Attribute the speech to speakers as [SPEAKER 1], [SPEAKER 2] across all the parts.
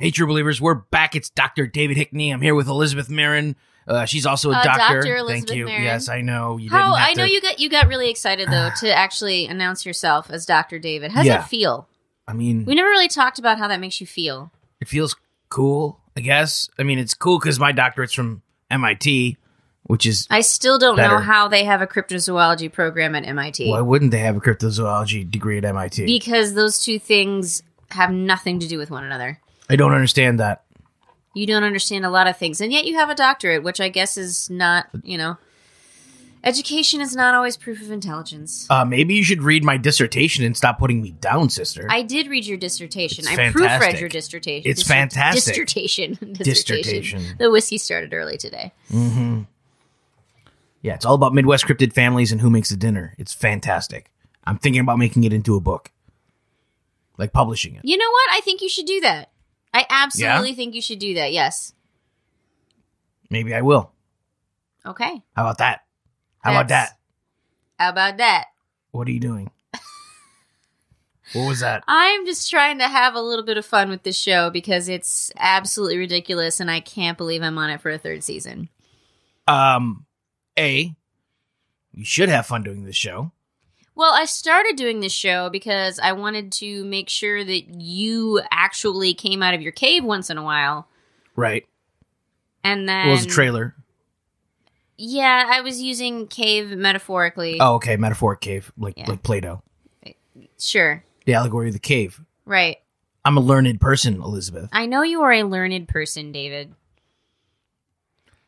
[SPEAKER 1] Hey, true believers, we're back. It's Dr. David Hickney. I'm here with Elizabeth Marin. Uh, she's also a
[SPEAKER 2] Uh,
[SPEAKER 1] doctor.
[SPEAKER 2] Dr. Elizabeth
[SPEAKER 1] Thank you.
[SPEAKER 2] Marin.
[SPEAKER 1] Yes, I know. You
[SPEAKER 2] How
[SPEAKER 1] didn't have
[SPEAKER 2] I know
[SPEAKER 1] to-
[SPEAKER 2] you got you got really excited though to actually announce yourself as Dr. David. How does
[SPEAKER 1] Yeah. Mm-hmm.
[SPEAKER 2] that feel?
[SPEAKER 1] I mean,
[SPEAKER 2] We never really talked about how that makes you feel.
[SPEAKER 1] it feels cool, I guess. I mean, it's cool because my doctorate's from MIT, which is
[SPEAKER 2] I still don't
[SPEAKER 1] Better.
[SPEAKER 2] know how they have a cryptozoology program at MIT
[SPEAKER 1] why wouldn't they have a cryptozoology degree at MIT?
[SPEAKER 2] because those two things have nothing to do with one another.
[SPEAKER 1] I don't understand that.
[SPEAKER 2] You don't understand a lot of things, and yet you have a doctorate, which I guess is not you know. Education is not always proof of intelligence.
[SPEAKER 1] Uh, maybe you should read my dissertation and stop putting me down, sister.
[SPEAKER 2] I did read your dissertation.
[SPEAKER 1] It's
[SPEAKER 2] I
[SPEAKER 1] fantastic.
[SPEAKER 2] proofread your dissertation.
[SPEAKER 1] It's
[SPEAKER 2] Dissert-
[SPEAKER 1] fantastic.
[SPEAKER 2] Dissertation. dissertation.
[SPEAKER 1] Dissertation.
[SPEAKER 2] The whiskey started early today.
[SPEAKER 1] Mm-hmm. yeah, it's all about Midwest cryptid families and who makes the dinner. It's fantastic. I'm thinking about making it into a book, like publishing it.
[SPEAKER 2] You know what? I think you should do that. I absolutely think you should do that. Yes.
[SPEAKER 1] Maybe I will.
[SPEAKER 2] Okay.
[SPEAKER 1] How about that? How about
[SPEAKER 2] That's-
[SPEAKER 1] that?
[SPEAKER 2] How about that?
[SPEAKER 1] What are you doing? what was that?
[SPEAKER 2] I'm just trying to have a little bit of fun with this show because it's absolutely ridiculous and I can't believe I'm on it for a third season.
[SPEAKER 1] Um, A, you should have fun doing this show.
[SPEAKER 2] Well, I started doing this show because I wanted to make sure that you actually came out of your cave once in a while.
[SPEAKER 1] Right.
[SPEAKER 2] And
[SPEAKER 1] What
[SPEAKER 2] then
[SPEAKER 1] was the trailer?
[SPEAKER 2] Yeah, I was using cave metaphorically.
[SPEAKER 1] Oh, okay. Metaphoric cave, like
[SPEAKER 2] Yeah.
[SPEAKER 1] like Plato.
[SPEAKER 2] Sure.
[SPEAKER 1] The allegory of the cave.
[SPEAKER 2] Right.
[SPEAKER 1] I'm a learned person, Elizabeth.
[SPEAKER 2] I know you are a learned person, David.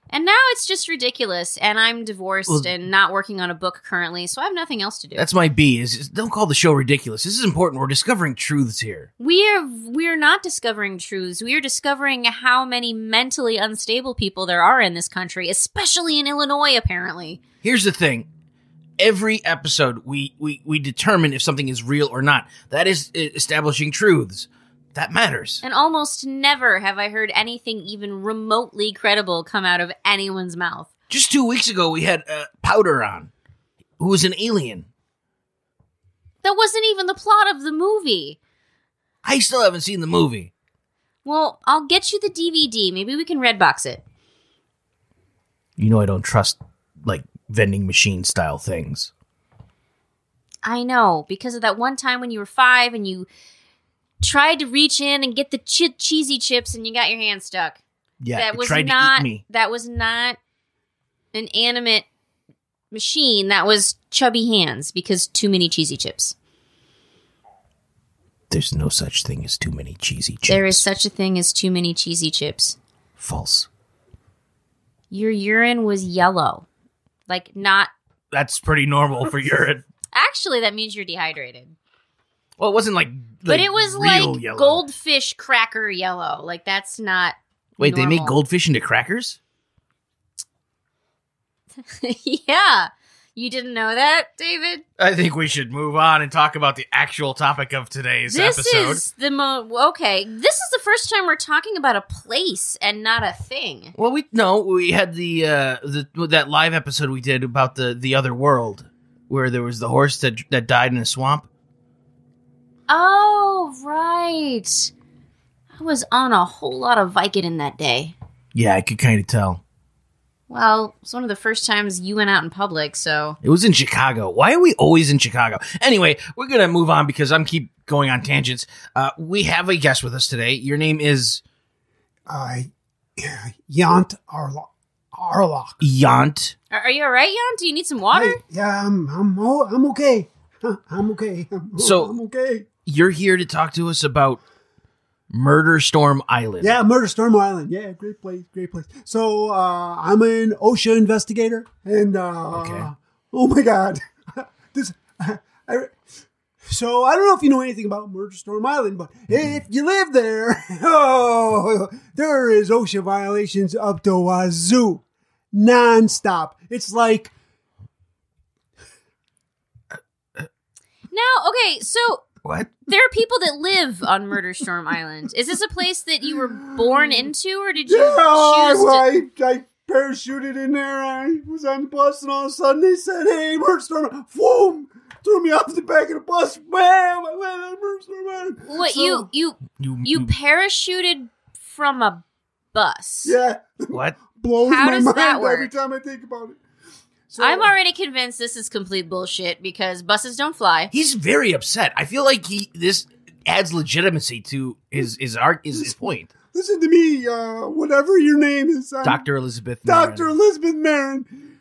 [SPEAKER 2] And now it's just ridiculous, and I'm divorced
[SPEAKER 1] Well-
[SPEAKER 2] and not working on a book currently, so I have nothing else to do.
[SPEAKER 1] That's my B. Is, is don't call the show ridiculous. This is important. We're discovering truths here.
[SPEAKER 2] we are we are not discovering truths. We are discovering how many mentally unstable people there are in this country, especially in Illinois, apparently.
[SPEAKER 1] Here's the thing. Every episode, we we we determine if something is real or not. That is uh, establishing truths. That matters.
[SPEAKER 2] And almost never have I heard anything even remotely credible come out of anyone's mouth.
[SPEAKER 1] Just two weeks ago, we had uh, Powder on, who was an alien.
[SPEAKER 2] That wasn't even the plot of the movie.
[SPEAKER 1] I still haven't seen the movie.
[SPEAKER 2] Well, I'll get you the DVD. Maybe we can redbox it.
[SPEAKER 1] You know, I don't trust like vending machine style things.
[SPEAKER 2] I know, because of that one time when you were five and you tried to reach in and get the chi- cheesy chips and you got your hand stuck.
[SPEAKER 1] Yeah,
[SPEAKER 2] that
[SPEAKER 1] it
[SPEAKER 2] was
[SPEAKER 1] tried
[SPEAKER 2] not
[SPEAKER 1] to eat me.
[SPEAKER 2] that was not an animate machine. That was chubby hands because too many cheesy chips.
[SPEAKER 1] There's no such thing as too many cheesy chips.
[SPEAKER 2] There is such a thing as too many cheesy chips.
[SPEAKER 1] false.
[SPEAKER 2] Your urine was yellow, like not.
[SPEAKER 1] That's pretty normal for urine.
[SPEAKER 2] Actually, that means you're dehydrated.
[SPEAKER 1] Well, it wasn't like, like
[SPEAKER 2] but it was
[SPEAKER 1] real
[SPEAKER 2] like
[SPEAKER 1] yellow.
[SPEAKER 2] goldfish cracker yellow. Like that's not.
[SPEAKER 1] Wait, they make
[SPEAKER 2] normal.
[SPEAKER 1] goldfish into crackers?
[SPEAKER 2] yeah, you didn't know that, David.
[SPEAKER 1] I think we should move on and talk about the actual topic of today's
[SPEAKER 2] this
[SPEAKER 1] episode.
[SPEAKER 2] is the mo. Okay, this is the first time we're talking about a place and not a thing.
[SPEAKER 1] Well, we no, we had the uh the that live episode we did about the the other world where there was the horse that that died in a swamp.
[SPEAKER 2] Oh right, I was on a whole lot of Vicodin that day.
[SPEAKER 1] Yeah, I could kind of tell.
[SPEAKER 2] Well, it's one of the first times you went out in public, so
[SPEAKER 1] It was in Chicago. Why are we always in Chicago? Anyway, we're gonna move on because I'm keep going on tangents. Uh, we have a guest with us today. Your name is
[SPEAKER 3] uh, Yant Arlo- Arlock.
[SPEAKER 1] Yant.
[SPEAKER 2] are, are you all right, Jan? Do you need some water?
[SPEAKER 3] Hey, yeah, I'm I'm o- I'm okay. Huh, I'm okay. I'm,
[SPEAKER 1] So-
[SPEAKER 3] I'm okay.
[SPEAKER 1] You're here to talk to us about Murder Storm Island.
[SPEAKER 3] Yeah, Murder Storm Island. Yeah, great place, great place. So uh, I'm an OSHA investigator, and uh,
[SPEAKER 1] Okay.
[SPEAKER 3] oh my god, this. I, so I don't know if you know anything about Murder Storm Island, but
[SPEAKER 1] Mm-hmm.
[SPEAKER 3] if you live there, oh, there is OSHA violations up to wazoo, nonstop. It's like
[SPEAKER 2] No. Okay, so
[SPEAKER 1] What?
[SPEAKER 2] There are people that live on Murder Storm Island. Is this a place that you were born into, or did you
[SPEAKER 3] Yeah, I,
[SPEAKER 2] choose to?
[SPEAKER 3] I, I parachuted in there. I was on the bus, and all of a sudden they said, "Hey, Murder Storm!" Boom! Threw me off the back of the bus. Bam! I landed on Murder Storm Island.
[SPEAKER 2] What
[SPEAKER 3] So-
[SPEAKER 2] you you
[SPEAKER 1] You
[SPEAKER 2] you parachuted from a bus.
[SPEAKER 3] Yeah,
[SPEAKER 1] What?
[SPEAKER 3] blows
[SPEAKER 2] How
[SPEAKER 3] my
[SPEAKER 2] does
[SPEAKER 3] mind
[SPEAKER 2] that
[SPEAKER 3] every
[SPEAKER 2] work?
[SPEAKER 3] time I think about it. So,
[SPEAKER 2] I'm already convinced this is complete bullshit because buses don't fly.
[SPEAKER 1] He's very upset. I feel like he this adds legitimacy to his his arg his, his point.
[SPEAKER 3] listen to me. Uh, whatever your name is, I'm
[SPEAKER 1] Doctor Elizabeth.
[SPEAKER 3] Dr.
[SPEAKER 1] Moran.
[SPEAKER 3] Elizabeth Marin,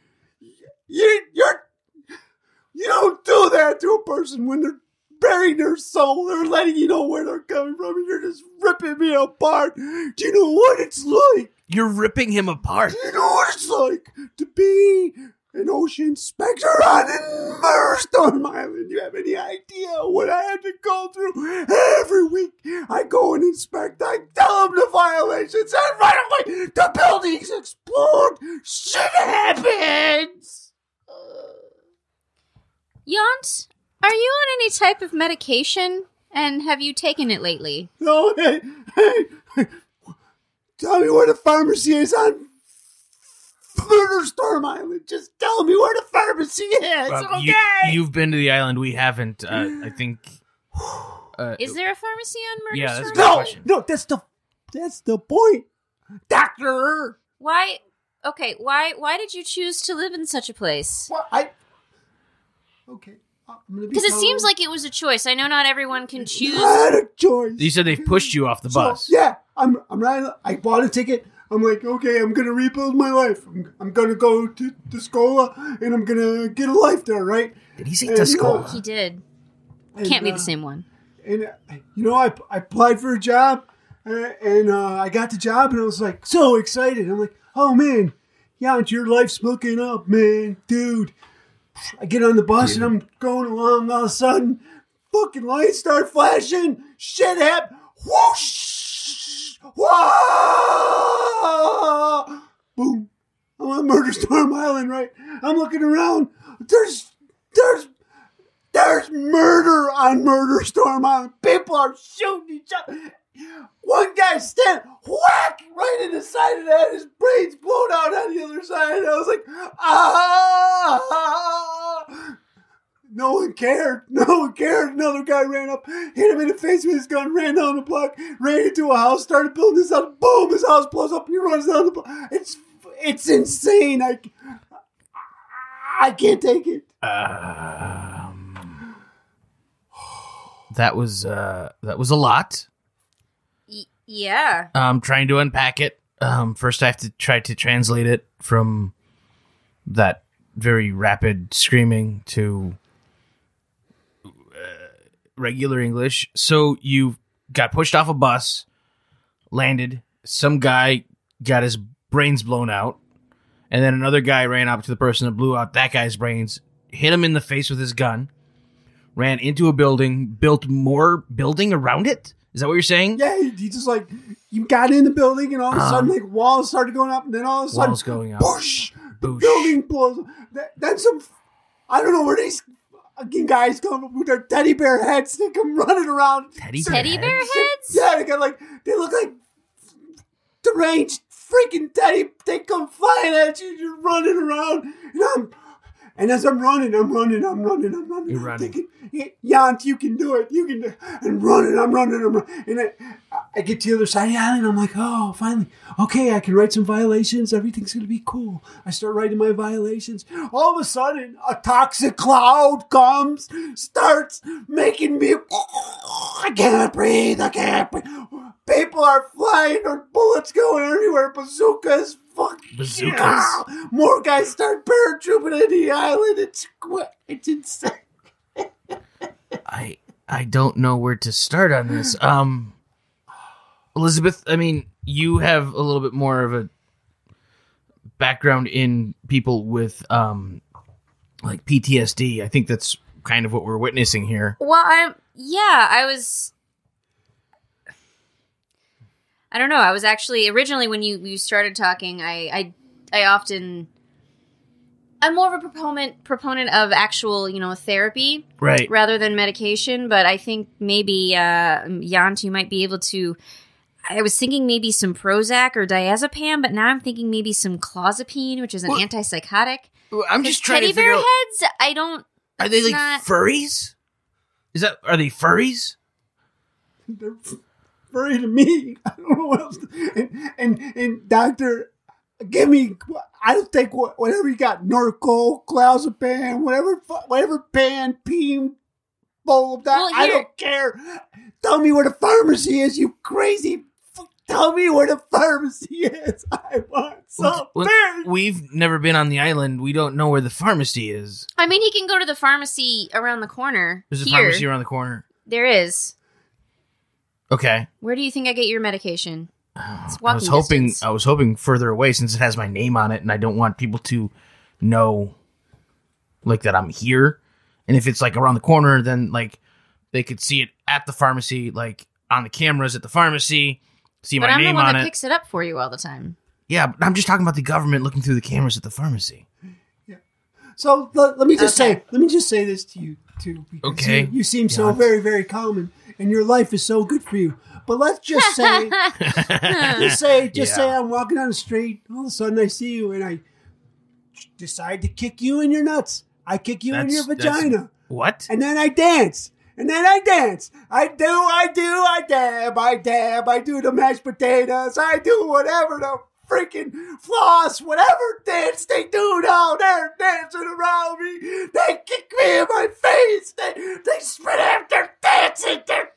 [SPEAKER 3] you you're you don't do that to a person when they're burying their soul. They're letting you know where they're coming from, and you're just ripping me apart. Do you know what it's like?
[SPEAKER 1] You're ripping him apart.
[SPEAKER 3] Do you know what it's like to be an ocean inspector on Murstone Island? You have any idea what I have to go through every week? I go and inspect. I tell them the violations, and right away the buildings explode. Shit happens.
[SPEAKER 2] Yont, are you on any type of medication? And have you taken it lately?
[SPEAKER 3] No, hey, hey, tell me where the pharmacy is on Murderstorm Island. Just tell me where the pharmacy is.
[SPEAKER 1] Rob,
[SPEAKER 3] okay.
[SPEAKER 1] you, You've been to the island. We haven't. Uh, I think. Uh,
[SPEAKER 2] Is there a pharmacy on Murder
[SPEAKER 1] Yeah, that's
[SPEAKER 2] Store?
[SPEAKER 1] good.
[SPEAKER 3] No,
[SPEAKER 1] question.
[SPEAKER 3] no, that's the that's the point, Doctor.
[SPEAKER 2] Why? Okay, why? Why did you choose to live in such a place?
[SPEAKER 3] What I? Okay, uh, I'm gonna be.
[SPEAKER 2] Because it
[SPEAKER 3] told-
[SPEAKER 2] seems like it was a choice. I know not everyone can
[SPEAKER 3] I
[SPEAKER 2] choose.
[SPEAKER 3] had a choice.
[SPEAKER 1] you said they've pushed you off the
[SPEAKER 3] So,
[SPEAKER 1] bus.
[SPEAKER 3] yeah, I'm. I'm right. I bought a ticket. I'm like, okay, I'm gonna rebuild my life. I'm, I'm gonna go to Tuscola and I'm gonna get a life there, right?
[SPEAKER 1] Did he say
[SPEAKER 3] Hey,
[SPEAKER 1] Tuscola?
[SPEAKER 2] He did.
[SPEAKER 3] And,
[SPEAKER 2] Can't be
[SPEAKER 3] uh,
[SPEAKER 2] the same one.
[SPEAKER 3] and uh, you know, I, I applied for a job, uh, and uh, I got the job, and I was like so excited. I'm like, oh man, yeah, your life's looking up, man, dude. I get on the bus and I'm going along. All of a sudden, fucking lights start flashing. Shit happen. Whoosh! Whoa! Boom! I'm on Murder Storm Island, right? I'm looking around. There's, there's there's murder on Murder Storm Island. People are shooting each other. One guy stand whack right in the side of that. His brains blown out on the other side. I was like, ah. No one cared. No one cared. Another guy ran up, hit him in the face with his gun, ran down the block, ran into a house, started building his house. Boom! His house blows up. He runs down the block. It's it's insane. I I can't take it.
[SPEAKER 1] Um, that was uh, that was a lot.
[SPEAKER 2] Y- yeah.
[SPEAKER 1] um, trying to unpack it. Um, first, I have to try to translate it from that very rapid screaming to uh, regular English. So you got pushed off a bus, landed. Some guy got his brains blown out, and then another guy ran up to the person that blew out that guy's brains, hit him in the face with his gun, ran into a building, built more building around it. Is that what you're saying?
[SPEAKER 3] Yeah, he, he just like you got in the building, and all of a
[SPEAKER 1] Uh-huh.
[SPEAKER 3] sudden, like walls started going up, and then all of a sudden,
[SPEAKER 1] Walls going up.
[SPEAKER 3] Whoosh, the
[SPEAKER 1] Boosh.
[SPEAKER 3] building blows. up. That, that's some. I don't know where these fucking guys come up with their teddy bear heads. They come running around.
[SPEAKER 1] Teddy
[SPEAKER 3] So-
[SPEAKER 1] bear
[SPEAKER 2] Teddy bear
[SPEAKER 1] heads?
[SPEAKER 2] heads?
[SPEAKER 3] Yeah, they got like they look like deranged freaking teddy. They come flying at you. You're running around, and I'm. And as I'm running, I'm running, I'm running, I'm running.
[SPEAKER 1] You're
[SPEAKER 3] I'm
[SPEAKER 1] running.
[SPEAKER 3] Thinking, Yant, you can do it. You can do it. And running, I'm running, I'm running. And I, I get to the other side of the island. I'm like, oh, finally. Okay, I can write some violations. Everything's going to be cool. I start writing my violations. All of a sudden, a toxic cloud comes, starts making me. I can't breathe. I can't breathe. People are flying. There's bullets going everywhere. Bazookas. Fuck.
[SPEAKER 1] Bazookas.
[SPEAKER 3] Yeah. More guys start paratrooping in the island. It's qu- it's insane.
[SPEAKER 1] I I don't know where to start on this. Um Elizabeth, I mean, you have a little bit more of a background in people with um like PTSD. I think that's kind of what we're witnessing here.
[SPEAKER 2] Well, I'm. Yeah, I was. I don't know. I was actually originally when you you started talking, I I I often. I'm more of a proponent proponent of actual, you know, therapy
[SPEAKER 1] Right.
[SPEAKER 2] rather than medication. But I think maybe uh, Yant, you might be able to. I was thinking maybe some Prozac or diazepam, but now I'm thinking maybe some clozapine, which is an
[SPEAKER 1] Well,
[SPEAKER 2] antipsychotic.
[SPEAKER 1] I'm
[SPEAKER 2] 'Cause
[SPEAKER 1] just trying
[SPEAKER 2] teddy
[SPEAKER 1] to figure
[SPEAKER 2] bear
[SPEAKER 1] out
[SPEAKER 2] heads. I don't.
[SPEAKER 1] are they
[SPEAKER 2] it's
[SPEAKER 1] like
[SPEAKER 2] not-
[SPEAKER 1] furries? Is that are they furries?
[SPEAKER 3] They're f- furry to me. I don't know what else. To, and and doctor, give me. I don't think wha- whatever you got, Norco, clozapine, whatever, fu- whatever pan, peen, bowl of that.
[SPEAKER 2] Well,
[SPEAKER 3] I
[SPEAKER 2] here-
[SPEAKER 3] don't care. Tell me where the pharmacy is, you crazy. f- Tell me where the pharmacy is. I want some
[SPEAKER 1] Well,
[SPEAKER 3] bad.
[SPEAKER 1] We've never been on the island. We don't know where the pharmacy is.
[SPEAKER 2] I mean, he can go to the pharmacy around the corner.
[SPEAKER 1] There's a
[SPEAKER 2] here.
[SPEAKER 1] pharmacy around the corner.
[SPEAKER 2] There is.
[SPEAKER 1] Okay.
[SPEAKER 2] Where do you think I get your medication? It's
[SPEAKER 1] Oh, I was
[SPEAKER 2] walking
[SPEAKER 1] hoping
[SPEAKER 2] distance.
[SPEAKER 1] I was hoping further away since it has my name on it and I don't want people to know like that I'm here. And if it's like around the corner, then like they could see it at the pharmacy, like on the cameras at the pharmacy, see
[SPEAKER 2] but
[SPEAKER 1] my
[SPEAKER 2] I'm the
[SPEAKER 1] name
[SPEAKER 2] one
[SPEAKER 1] on
[SPEAKER 2] that
[SPEAKER 1] it.
[SPEAKER 2] picks it up for you all the time.
[SPEAKER 1] yeah, but I'm just talking about the government looking through the cameras at the pharmacy.
[SPEAKER 3] So let, let me just
[SPEAKER 2] Okay.
[SPEAKER 3] say, let me just say this to you too. because
[SPEAKER 1] Okay.
[SPEAKER 3] You, you seem so
[SPEAKER 1] Yeah.
[SPEAKER 3] very, very calm, and, and your life is so good for you. But let's just say, just say, just say,
[SPEAKER 1] Yeah.
[SPEAKER 3] I'm walking down the street. All of a sudden, I see you, and I decide to kick you in your nuts. I kick you in your
[SPEAKER 1] That's- that's-
[SPEAKER 3] vagina,
[SPEAKER 1] What?
[SPEAKER 3] and then I dance. And then I dance. I do, I do, I dab, I dab, I do the mashed potatoes, I do whatever the freaking floss, whatever dance they do down there, dancing around me. They kick me in my face. They they spit after dancing. They're,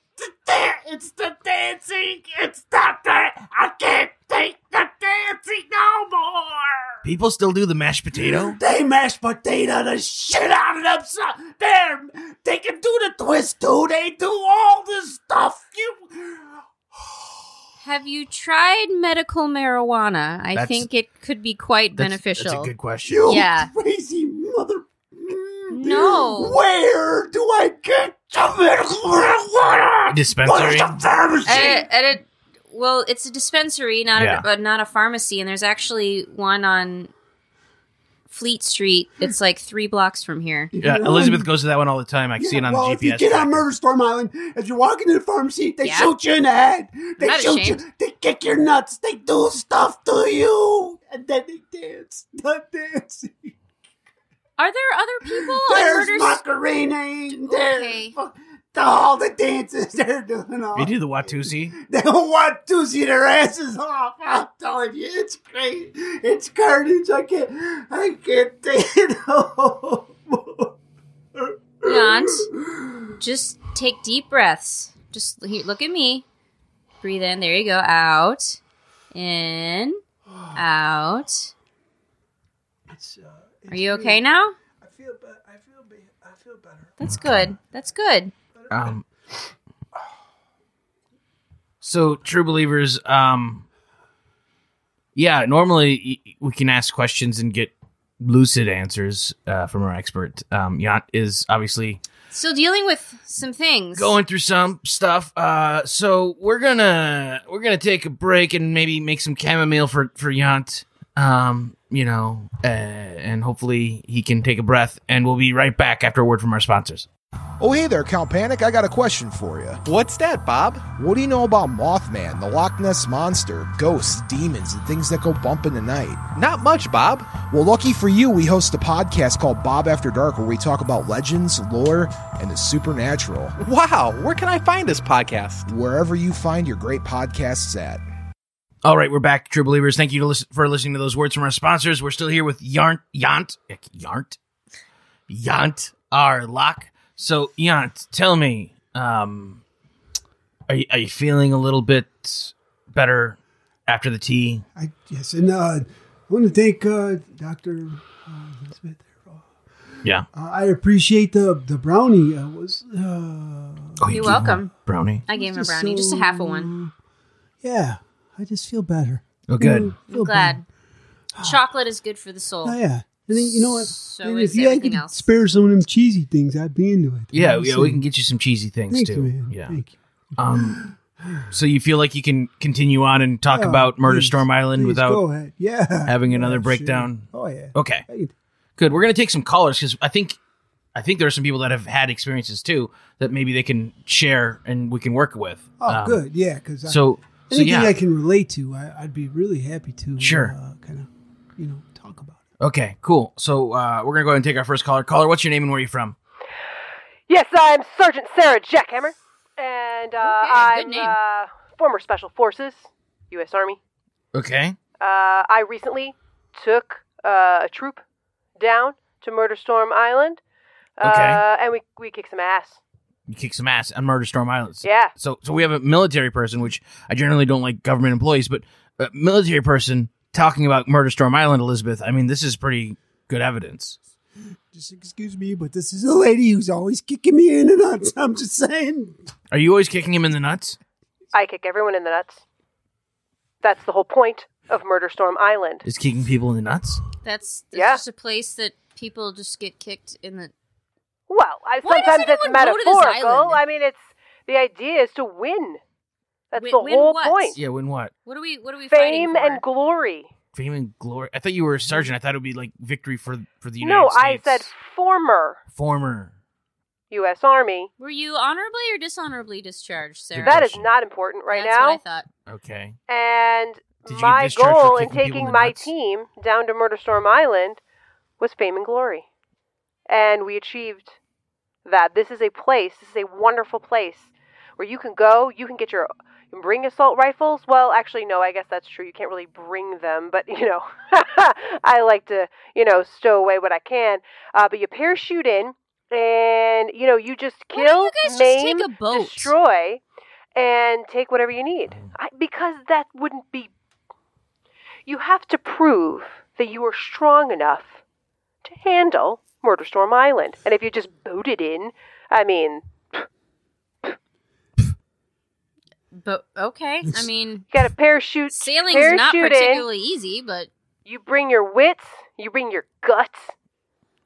[SPEAKER 3] they're- it's the dancing. It's not that. I can't take the dancing no more.
[SPEAKER 1] People still do the mashed potato?
[SPEAKER 3] They mashed potato the shit out of themselves. They're, they can do the twist too. They do all this stuff. You,
[SPEAKER 2] Have you tried medical marijuana? I
[SPEAKER 1] That's-
[SPEAKER 2] think it could be quite
[SPEAKER 1] That's-
[SPEAKER 2] beneficial.
[SPEAKER 1] That's a good question.
[SPEAKER 3] you
[SPEAKER 2] Yeah.
[SPEAKER 3] crazy mother. mm,
[SPEAKER 2] No.
[SPEAKER 3] Where do I get some medical marijuana?
[SPEAKER 1] Dispensary?
[SPEAKER 3] Where's the pharmacy?
[SPEAKER 2] At a, at a- Eh, well, it's a dispensary, not
[SPEAKER 1] Yeah.
[SPEAKER 2] a, uh, not a pharmacy, and there's actually one on Fleet Street. It's like three blocks from here.
[SPEAKER 1] Yeah, Elizabeth goes to that one all the time. I can see it on
[SPEAKER 3] Mm. well,
[SPEAKER 1] the
[SPEAKER 3] if you
[SPEAKER 1] GPS.
[SPEAKER 3] get on
[SPEAKER 1] tracker.
[SPEAKER 3] Murder Storm Island, as you're walking to the pharmacy, they
[SPEAKER 2] Yeah.
[SPEAKER 3] shoot you in the head. They
[SPEAKER 2] Not
[SPEAKER 3] shoot
[SPEAKER 2] ashamed.
[SPEAKER 3] you. They kick your nuts. They do stuff to you, and then they dance. The dancing.
[SPEAKER 2] Are there other people on
[SPEAKER 3] There's
[SPEAKER 2] Murder S-
[SPEAKER 3] Macarena. There's
[SPEAKER 2] Okay.
[SPEAKER 3] fuck- all the dances they're doing. All
[SPEAKER 1] You do the Watusi.
[SPEAKER 3] they don't want to see their asses off. I'm telling you, it's great. It's carnage. I can't. I can't take it.
[SPEAKER 2] Yant, Just take deep breaths. Just here, look at me. Breathe in. There you go. Out. In. Out.
[SPEAKER 3] It's, uh, it's
[SPEAKER 2] Are you
[SPEAKER 3] weird.
[SPEAKER 2] okay now?
[SPEAKER 3] I feel better. I feel. Be- I feel better.
[SPEAKER 2] That's good. That's good.
[SPEAKER 1] Um, so, true believers, um, yeah, normally y- we can ask questions and get lucid answers uh, from our expert. Um, Yant is obviously
[SPEAKER 2] Still dealing with some things.
[SPEAKER 1] going through some stuff. Uh, so we're gonna we're gonna take a break and maybe make some chamomile for for Yant. Um, you know, uh, and hopefully he can take a breath, and we'll be right back after a word from our sponsors.
[SPEAKER 4] Oh, hey there, Count Panic. I got a question for you.
[SPEAKER 5] What's that, Bob?
[SPEAKER 4] What do you know about Mothman, the Loch Ness Monster, ghosts, demons, and things that go bump in the night?
[SPEAKER 5] Not much, Bob.
[SPEAKER 4] Well, lucky for you, we host a podcast called Bob After Dark where we talk about legends, lore, and the supernatural.
[SPEAKER 5] Wow, where can I find this podcast?
[SPEAKER 4] Wherever you find your great podcasts at.
[SPEAKER 1] All right, we're back, true believers. Thank you to listen, for listening to those words from our sponsors. We're still here with Yarnt, Yant, eh, Yarnt, Yant, our lock. So, Yant, tell me, um, are you, are you feeling a little bit better after the tea?
[SPEAKER 3] I yes, and uh, I want to thank uh, Doctor uh, Elizabeth.
[SPEAKER 1] Yeah.
[SPEAKER 3] Uh, I appreciate the the brownie. Uh, was uh,
[SPEAKER 1] Oh, you
[SPEAKER 2] You're
[SPEAKER 1] gave him a
[SPEAKER 2] welcome.
[SPEAKER 1] brownie.
[SPEAKER 2] I gave him a
[SPEAKER 3] Just
[SPEAKER 2] brownie, just a
[SPEAKER 3] so-
[SPEAKER 2] half a one.
[SPEAKER 3] yeah. I just feel better.
[SPEAKER 1] Oh, good.
[SPEAKER 3] Mm.
[SPEAKER 2] I'm glad. Chocolate is good for the soul.
[SPEAKER 3] Oh yeah. And then, you know what?
[SPEAKER 2] So
[SPEAKER 3] And
[SPEAKER 2] is
[SPEAKER 3] if you I
[SPEAKER 2] everything
[SPEAKER 3] could
[SPEAKER 2] else.
[SPEAKER 3] spare some of them cheesy things, I'd be into it.
[SPEAKER 1] Yeah,
[SPEAKER 3] I'm
[SPEAKER 1] yeah, we
[SPEAKER 3] saying.
[SPEAKER 1] can get you some cheesy things
[SPEAKER 3] Thank
[SPEAKER 1] too.
[SPEAKER 3] you, man.
[SPEAKER 1] Yeah.
[SPEAKER 3] Thank you.
[SPEAKER 1] Um, so you feel like you can continue on and talk
[SPEAKER 3] Oh,
[SPEAKER 1] about Murder
[SPEAKER 3] please,
[SPEAKER 1] Storm Island
[SPEAKER 3] please
[SPEAKER 1] without
[SPEAKER 3] go ahead. yeah
[SPEAKER 1] having another
[SPEAKER 3] Yeah, sure.
[SPEAKER 1] breakdown?
[SPEAKER 3] Oh yeah.
[SPEAKER 1] Okay.
[SPEAKER 3] I can-
[SPEAKER 1] Good. We're gonna take some callers because I think I think there are some people that have had experiences too that maybe they can share and we can work with.
[SPEAKER 3] Oh
[SPEAKER 1] Um,
[SPEAKER 3] good. Yeah, because
[SPEAKER 1] So so
[SPEAKER 3] anything
[SPEAKER 1] yeah.
[SPEAKER 3] I can relate to, I, I'd be really happy to.
[SPEAKER 1] Sure.
[SPEAKER 3] Uh, kind of, you know, talk about. it.
[SPEAKER 1] okay. Cool. So uh, we're gonna go ahead and take our first caller. Caller, what's your name and where are you from?
[SPEAKER 6] Yes, I'm Sergeant Sarah Jackhammer, and uh,
[SPEAKER 2] Okay, good
[SPEAKER 6] I'm
[SPEAKER 2] name.
[SPEAKER 6] Uh, former Special Forces, U.S. Army.
[SPEAKER 1] Okay.
[SPEAKER 6] Uh, I recently took uh, a troop down to Murderstorm Island. Uh,
[SPEAKER 1] Okay.
[SPEAKER 6] And we, we kicked some ass.
[SPEAKER 1] You kick some ass on Murder Storm Islands.
[SPEAKER 6] Yeah.
[SPEAKER 1] So, so we have a military person, which I generally don't like government employees, but a military person talking about Murder Storm Island, Elizabeth. I mean, this is pretty good evidence.
[SPEAKER 3] Just excuse me, but this is a lady who's always kicking me in and out. I'm just saying.
[SPEAKER 1] Are you always kicking him in the nuts?
[SPEAKER 6] I kick everyone in the nuts. That's the whole point of Murderstorm Island.
[SPEAKER 1] Is kicking people in the nuts?
[SPEAKER 2] That's, that's
[SPEAKER 6] Yeah.
[SPEAKER 2] just a place that people just get kicked in the.
[SPEAKER 6] Well, I,
[SPEAKER 2] Why does
[SPEAKER 6] sometimes it's
[SPEAKER 2] anyone go to this
[SPEAKER 6] metaphorical.
[SPEAKER 2] island?
[SPEAKER 6] I mean, it's the idea is to win. That's
[SPEAKER 2] Win-
[SPEAKER 6] the
[SPEAKER 2] win
[SPEAKER 6] whole
[SPEAKER 2] what?
[SPEAKER 6] point.
[SPEAKER 1] Yeah. When what?
[SPEAKER 2] What are we? What are we fighting
[SPEAKER 6] Fame
[SPEAKER 2] for?
[SPEAKER 6] and glory.
[SPEAKER 1] Fame and glory. I thought you were a sergeant. I thought it would be like victory for for the United
[SPEAKER 6] No, I
[SPEAKER 1] States.
[SPEAKER 6] said former
[SPEAKER 1] former.
[SPEAKER 6] U.S. Army.
[SPEAKER 2] Were you honorably or dishonorably discharged, Sarah?
[SPEAKER 1] That
[SPEAKER 6] That is
[SPEAKER 1] Gotcha.
[SPEAKER 6] not important right
[SPEAKER 2] That's
[SPEAKER 6] now.
[SPEAKER 2] What I thought.
[SPEAKER 1] Okay.
[SPEAKER 6] And
[SPEAKER 1] Did you
[SPEAKER 6] my
[SPEAKER 1] get discharged for
[SPEAKER 6] goal in
[SPEAKER 1] kicking people in
[SPEAKER 6] taking
[SPEAKER 1] the
[SPEAKER 6] my
[SPEAKER 1] nuts?
[SPEAKER 6] team down to Murderstorm Island was fame and glory. And we achieved that. This is a place, this is a wonderful place where you can go, you can get your you can bring assault rifles. Well, actually no, I guess that's true. You can't really bring them, but you know, I like to, you know, stow away what I can. Uh, but you parachute in and you know, you just
[SPEAKER 2] Why don't
[SPEAKER 6] kill,
[SPEAKER 2] you guys just
[SPEAKER 6] maim,
[SPEAKER 2] take a boat?
[SPEAKER 6] destroy and take whatever you need. I, because that wouldn't be. You have to prove that you are strong enough to handle Murderstorm Island. And if you just booted in, I mean,
[SPEAKER 2] But okay, I mean,
[SPEAKER 6] you got to parachute.
[SPEAKER 2] sailing's
[SPEAKER 6] parachute
[SPEAKER 2] not
[SPEAKER 6] in.
[SPEAKER 2] particularly easy, but
[SPEAKER 6] You bring your wits, you bring your guts,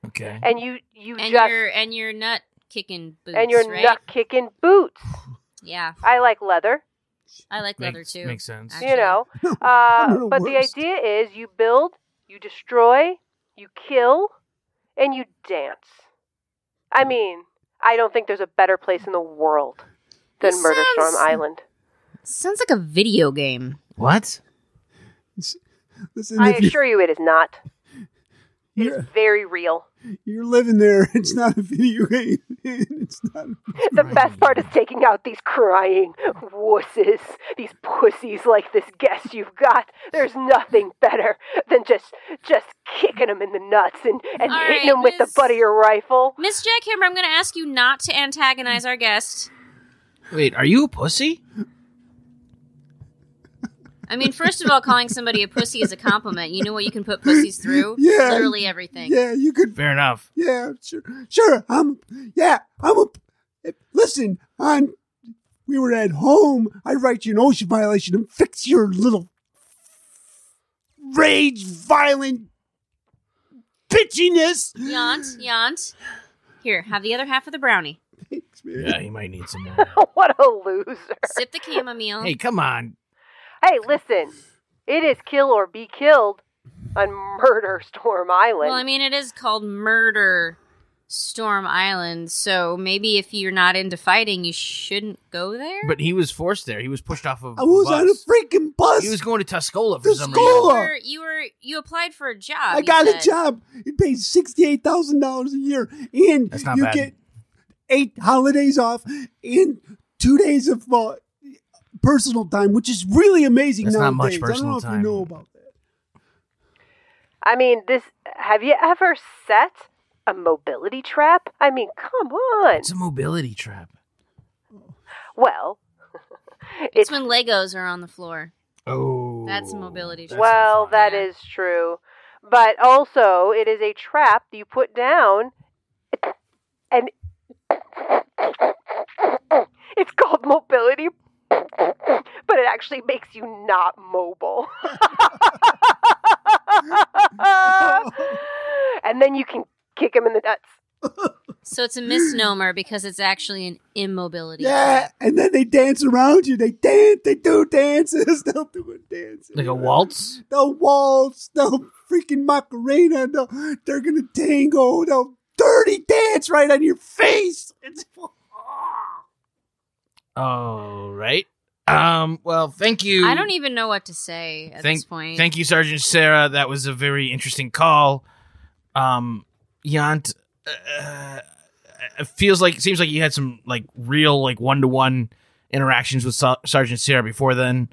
[SPEAKER 1] Okay.
[SPEAKER 6] and you you
[SPEAKER 2] and
[SPEAKER 6] just
[SPEAKER 2] your and your nut kicking boots,
[SPEAKER 6] and your
[SPEAKER 2] right?
[SPEAKER 6] nut kicking boots.
[SPEAKER 2] Yeah,
[SPEAKER 6] I like leather.
[SPEAKER 2] I like
[SPEAKER 1] Makes-
[SPEAKER 2] leather too.
[SPEAKER 1] Makes sense.
[SPEAKER 2] Actually-
[SPEAKER 6] you know.
[SPEAKER 3] I'm
[SPEAKER 6] Uh,
[SPEAKER 3] the
[SPEAKER 6] but the
[SPEAKER 3] worst.
[SPEAKER 6] idea is you build, you destroy, you kill, and you dance. I mean, I don't think there's a better place in the world than
[SPEAKER 2] This
[SPEAKER 6] Murder Storm
[SPEAKER 2] sounds-
[SPEAKER 6] Island.
[SPEAKER 2] Sounds like a video game.
[SPEAKER 1] What?
[SPEAKER 3] Listen,
[SPEAKER 6] I
[SPEAKER 3] if you,
[SPEAKER 6] assure you, it is not. It is
[SPEAKER 3] you're,
[SPEAKER 6] very real.
[SPEAKER 3] you're living there. It's not a video game. It's not.
[SPEAKER 6] The best part is taking out these crying wusses, these pussies like this guest you've got. There's nothing better than just just kicking them in the nuts and, and
[SPEAKER 2] All
[SPEAKER 6] hitting
[SPEAKER 2] right,
[SPEAKER 6] them with
[SPEAKER 2] Miss-
[SPEAKER 6] the butt of your rifle.
[SPEAKER 2] Miss Jackhammer, I'm going to ask you not to antagonize our guest.
[SPEAKER 1] Wait, are you a pussy?
[SPEAKER 2] I mean, first of all, calling somebody a pussy is a compliment. You know what you can put pussies through?
[SPEAKER 3] Yeah.
[SPEAKER 2] Literally everything.
[SPEAKER 3] Yeah, you could.
[SPEAKER 1] Fair enough.
[SPEAKER 3] Yeah, sure, sure. I'm. Yeah, I'm a. Listen, on. We were at home. I write you an OSHA violation and fix your little rage, violent bitchiness.
[SPEAKER 2] Yant, yant. Here, have the other half of the brownie.
[SPEAKER 3] Thanks, man.
[SPEAKER 1] Yeah, you might need some more.
[SPEAKER 6] what a loser.
[SPEAKER 2] Sip the chamomile.
[SPEAKER 1] hey, come on.
[SPEAKER 6] Hey, listen. It is kill or be killed on Murder Storm Island.
[SPEAKER 2] Well, I mean, it is called Murder Storm Island, so maybe if you're not into fighting, you shouldn't go there.
[SPEAKER 1] But he was forced there. He was pushed off of.
[SPEAKER 3] I was
[SPEAKER 1] bus.
[SPEAKER 3] on a freaking bus.
[SPEAKER 1] He was going to Tuscola for
[SPEAKER 3] To
[SPEAKER 1] some
[SPEAKER 2] you
[SPEAKER 3] school.
[SPEAKER 1] reason.
[SPEAKER 2] were, you were you applied for a job.
[SPEAKER 3] I
[SPEAKER 2] you
[SPEAKER 3] got a
[SPEAKER 2] said.
[SPEAKER 3] job. It pays sixty eight thousand dollars a year, and
[SPEAKER 1] That's not
[SPEAKER 3] you
[SPEAKER 1] bad.
[SPEAKER 3] get eight holidays off and two days of uh, personal time, which is really amazing.
[SPEAKER 1] That's not much
[SPEAKER 3] nowadays.
[SPEAKER 1] personal
[SPEAKER 3] I don't know if
[SPEAKER 1] time.
[SPEAKER 3] you know about that.
[SPEAKER 6] I mean, this. Have you ever set a mobility trap? I mean, come on.
[SPEAKER 1] It's a mobility trap.
[SPEAKER 6] Well,
[SPEAKER 2] It's
[SPEAKER 6] it's
[SPEAKER 2] when Legos are on the floor.
[SPEAKER 1] Oh,
[SPEAKER 2] That's a mobility trap.
[SPEAKER 6] well, that
[SPEAKER 2] Yeah.
[SPEAKER 6] is true. But also, it is a trap that you put down, and it's called mobility, but it actually makes you not mobile. and then you can kick him in the nuts.
[SPEAKER 2] So it's a misnomer because it's actually an immobility.
[SPEAKER 3] Yeah, and then they dance around you. They dance. They do dances. They'll do a dance.
[SPEAKER 1] like a waltz.
[SPEAKER 3] They'll waltz. They'll freaking macarena. They'll, they're gonna tango. They'll dirty dance right on your face. It's
[SPEAKER 1] All right. Um. Well, thank you.
[SPEAKER 2] I don't even know what to say at
[SPEAKER 1] Thank-
[SPEAKER 2] this point.
[SPEAKER 1] Thank you, Sergeant Sarah. That was a very interesting call. Um, Yant, uh, it feels like seems like you had some like real like one to one interactions with Sar- Sergeant Sarah before then.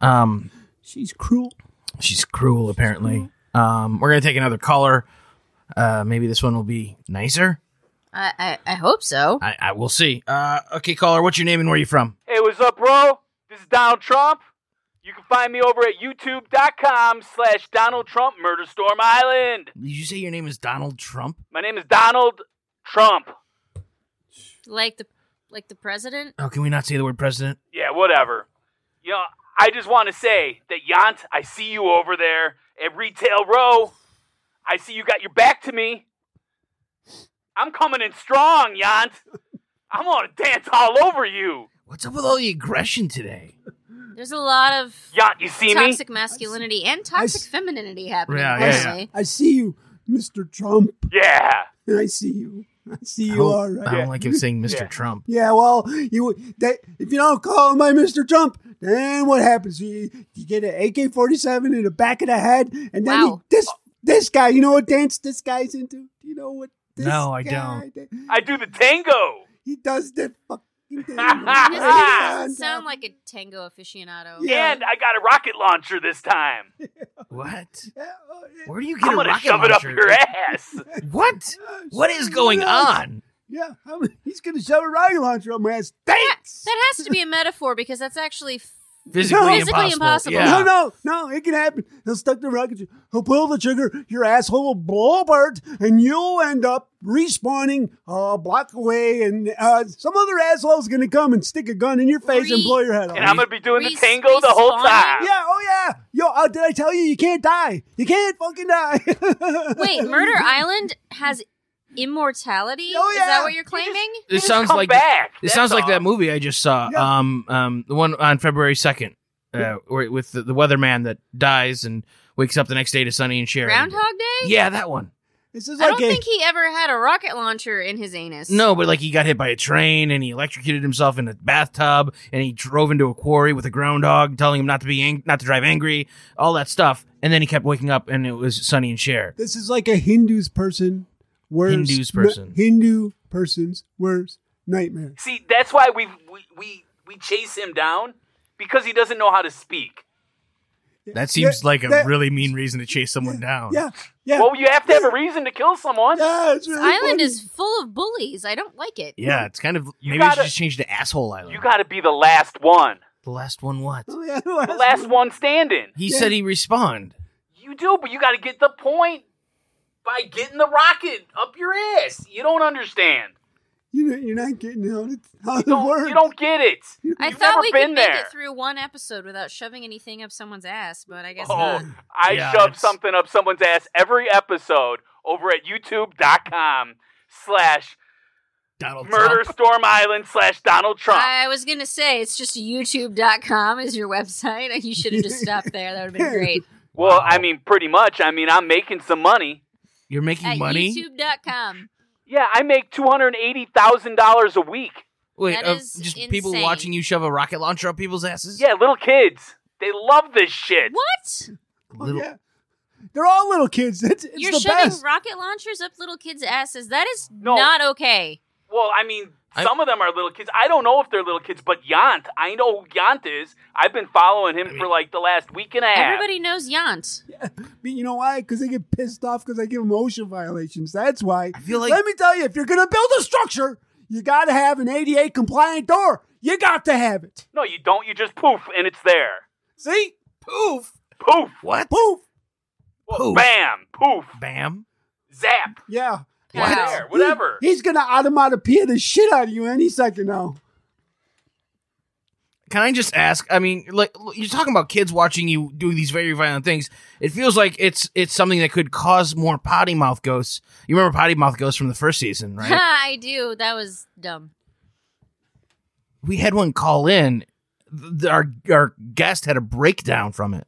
[SPEAKER 1] Um,
[SPEAKER 3] She's cruel.
[SPEAKER 1] She's cruel, apparently. Um, we're gonna take another caller. Uh, maybe this one will be nicer.
[SPEAKER 2] I, I, I hope so.
[SPEAKER 1] I, I will see. Uh, okay, caller, what's your name and where are you from?
[SPEAKER 7] Hey, what's up, bro? This is Donald Trump. You can find me over at youtube.com slash Donald Trump Murder Storm Island.
[SPEAKER 1] Did you say your name is Donald Trump?
[SPEAKER 7] My name is Donald Trump.
[SPEAKER 2] Like the like the president.
[SPEAKER 1] Oh, can we not say the word president?
[SPEAKER 7] Yeah, whatever. You know, I just want to say that, Yant, I see you over there at Retail Row. I see you got your back to me. I'm coming in strong, Yant. I'm going to dance all over you.
[SPEAKER 1] What's up with all the aggression today?
[SPEAKER 2] There's a lot of
[SPEAKER 7] Yant, you see me?
[SPEAKER 2] toxic masculinity and toxic
[SPEAKER 3] s-
[SPEAKER 2] femininity happening.
[SPEAKER 1] Yeah,
[SPEAKER 2] by the
[SPEAKER 1] yeah.
[SPEAKER 2] way.
[SPEAKER 3] I see you, Mr. Trump.
[SPEAKER 7] Yeah.
[SPEAKER 3] I see you. I see
[SPEAKER 1] I
[SPEAKER 3] you
[SPEAKER 1] don't,
[SPEAKER 3] all
[SPEAKER 1] I
[SPEAKER 3] right.
[SPEAKER 1] don't like him saying Mr.
[SPEAKER 7] Yeah.
[SPEAKER 1] Trump.
[SPEAKER 3] Yeah, well, you that, if you don't call my Mr. Trump, then what happens? You, you get an AK forty seven in the back of the head, and then
[SPEAKER 2] Wow.
[SPEAKER 3] he- this this guy, you know what dance this guy's into? Do you know what? This
[SPEAKER 1] No, I
[SPEAKER 3] guy da-
[SPEAKER 7] I do the tango.
[SPEAKER 3] He does the fucking thing.
[SPEAKER 2] And this guy doesn't
[SPEAKER 3] And,
[SPEAKER 2] sound
[SPEAKER 3] uh,
[SPEAKER 2] like a tango aficionado.
[SPEAKER 3] Yeah.
[SPEAKER 7] And I got a rocket launcher this time.
[SPEAKER 1] What?
[SPEAKER 3] yeah, uh,
[SPEAKER 1] Where do you get
[SPEAKER 7] I'm
[SPEAKER 1] a
[SPEAKER 7] going to
[SPEAKER 1] rocket
[SPEAKER 7] shove it up
[SPEAKER 1] launcher?
[SPEAKER 7] your ass.
[SPEAKER 1] What? What is going on?
[SPEAKER 3] Yeah, I'm, he's gonna shove a rocket launcher up my ass.
[SPEAKER 2] That,
[SPEAKER 3] Thanks.
[SPEAKER 2] that has to be a metaphor because that's actually f-
[SPEAKER 1] Physically,
[SPEAKER 3] No.
[SPEAKER 1] impossible.
[SPEAKER 2] Physically impossible.
[SPEAKER 1] Yeah.
[SPEAKER 3] No, no, no, it can happen. He'll stuck the rocket, he'll pull the trigger, your asshole will blow apart, and you'll end up respawning a block away, and uh, some other asshole's gonna come and stick a gun in your face and
[SPEAKER 2] Re-
[SPEAKER 3] blow your head off.
[SPEAKER 7] And I'm going to be doing the
[SPEAKER 2] Res-
[SPEAKER 7] tango the whole
[SPEAKER 2] respawning?
[SPEAKER 7] time.
[SPEAKER 3] yeah, oh yeah. Yo, uh, did I tell you you can't die? You can't fucking die.
[SPEAKER 2] Wait, Murder Island has immortality?
[SPEAKER 3] Oh,
[SPEAKER 2] Is that
[SPEAKER 3] yeah.
[SPEAKER 2] what you're claiming?
[SPEAKER 1] It
[SPEAKER 7] Just
[SPEAKER 1] sounds
[SPEAKER 7] come
[SPEAKER 1] like
[SPEAKER 7] back.
[SPEAKER 1] it
[SPEAKER 7] That's
[SPEAKER 1] sounds like
[SPEAKER 7] all.
[SPEAKER 1] that movie I just saw.
[SPEAKER 3] Yeah.
[SPEAKER 1] Um, um, the one on February second, uh, where- with the, the weatherman that dies and wakes up the next day to Sunny and Sharon.
[SPEAKER 2] Groundhog Day?
[SPEAKER 1] Yeah, that one.
[SPEAKER 3] This is
[SPEAKER 2] I
[SPEAKER 3] like
[SPEAKER 2] don't
[SPEAKER 3] a,
[SPEAKER 2] think he ever had a rocket launcher in his anus.
[SPEAKER 1] No, but like he got hit by a train and he electrocuted himself in a bathtub and he drove into a quarry with a groundhog telling him not to be ang- not to drive angry, all that stuff. And then he kept waking up and it was Sunny and Cher.
[SPEAKER 3] this is like a Hindu's person. Worst
[SPEAKER 1] Hindu's person.
[SPEAKER 3] Hindu person's worst nightmare.
[SPEAKER 7] See, that's why we we we, we chase him down because he doesn't know how to speak.
[SPEAKER 1] That seems
[SPEAKER 3] Yeah,
[SPEAKER 1] like a
[SPEAKER 3] that-
[SPEAKER 1] really mean reason to chase someone down.
[SPEAKER 3] Yeah, yeah.
[SPEAKER 7] Well, you have to have a reason to kill someone.
[SPEAKER 3] yeah, it's
[SPEAKER 2] This
[SPEAKER 3] really
[SPEAKER 2] island
[SPEAKER 3] funny.
[SPEAKER 2] is full of bullies. I don't like it.
[SPEAKER 1] Yeah, it's kind of maybe we
[SPEAKER 7] gotta-
[SPEAKER 1] should just change to asshole island.
[SPEAKER 7] You got to be the last one,
[SPEAKER 1] the last one what?
[SPEAKER 3] Oh, yeah,
[SPEAKER 7] the last one standing.
[SPEAKER 1] He said he respond.
[SPEAKER 7] You do, but you got to get the point by getting the rocket up your ass. You don't understand.
[SPEAKER 3] You know, you're not getting how it, how it
[SPEAKER 7] Don't,
[SPEAKER 3] works.
[SPEAKER 7] you don't get it.
[SPEAKER 2] I
[SPEAKER 7] You've
[SPEAKER 2] thought
[SPEAKER 7] never
[SPEAKER 2] we could
[SPEAKER 7] been
[SPEAKER 2] make
[SPEAKER 7] there.
[SPEAKER 2] it through one episode without shoving anything up someone's ass, but I guess
[SPEAKER 7] Oh,
[SPEAKER 2] not.
[SPEAKER 7] I
[SPEAKER 1] Yeah,
[SPEAKER 7] shove
[SPEAKER 1] it's-
[SPEAKER 7] something up someone's ass every episode over at youtube.com slash
[SPEAKER 1] Donald
[SPEAKER 7] murder
[SPEAKER 1] Trump.
[SPEAKER 7] storm island slash Donald Trump.
[SPEAKER 2] I was gonna say it's just youtube.com is your website, and you should have just stopped there. That would have been great.
[SPEAKER 7] Well,
[SPEAKER 1] Wow.
[SPEAKER 7] I mean, pretty much. I mean, I'm making some money.
[SPEAKER 1] You're making
[SPEAKER 2] At
[SPEAKER 1] money.
[SPEAKER 2] youtube.com.
[SPEAKER 7] Yeah, I make two hundred eighty thousand dollars a week.
[SPEAKER 1] Wait,
[SPEAKER 2] That
[SPEAKER 1] uh,
[SPEAKER 2] is
[SPEAKER 1] just people
[SPEAKER 2] insane.
[SPEAKER 1] watching you shove a rocket launcher up people's asses.
[SPEAKER 7] Yeah, little kids, they love this shit.
[SPEAKER 2] What?
[SPEAKER 1] Little-
[SPEAKER 3] Oh, Yeah. They're all little kids. It's, it's
[SPEAKER 2] You're
[SPEAKER 3] the
[SPEAKER 2] shoving
[SPEAKER 3] best.
[SPEAKER 2] rocket launchers up little kids' asses. That is
[SPEAKER 7] No.
[SPEAKER 2] not okay.
[SPEAKER 7] Well, I mean,
[SPEAKER 1] I-
[SPEAKER 7] some of them are little kids. I don't know if they're little kids, but Yant, I know who Yant is. I've been following him for like the last week and a half.
[SPEAKER 2] Everybody knows Yant.
[SPEAKER 3] But you know why? Because they get pissed off because I give them OSHA violations. That's why. I
[SPEAKER 1] feel like-
[SPEAKER 3] Let me tell you, if you're gonna build a structure, you gotta have an ADA compliant door. You got to have it.
[SPEAKER 7] No, you don't. You just poof, and it's there.
[SPEAKER 3] See?
[SPEAKER 1] Poof.
[SPEAKER 7] Poof.
[SPEAKER 1] What?
[SPEAKER 3] Poof.
[SPEAKER 7] Well,
[SPEAKER 1] Poof.
[SPEAKER 7] Bam. Poof.
[SPEAKER 1] Bam.
[SPEAKER 7] Zap.
[SPEAKER 3] Yeah.
[SPEAKER 7] It's
[SPEAKER 2] Wow.
[SPEAKER 7] there. Whatever.
[SPEAKER 3] He- he's gonna automatopoeia the shit out of you any second now.
[SPEAKER 1] Can I just ask? I mean, like you're talking about kids watching you doing these very violent things. It feels like it's it's something that could cause more potty mouth ghosts. You remember potty mouth ghosts from the first season, right?
[SPEAKER 2] I do. That was dumb.
[SPEAKER 1] we had one call in. Th- Our our guest had a breakdown from it.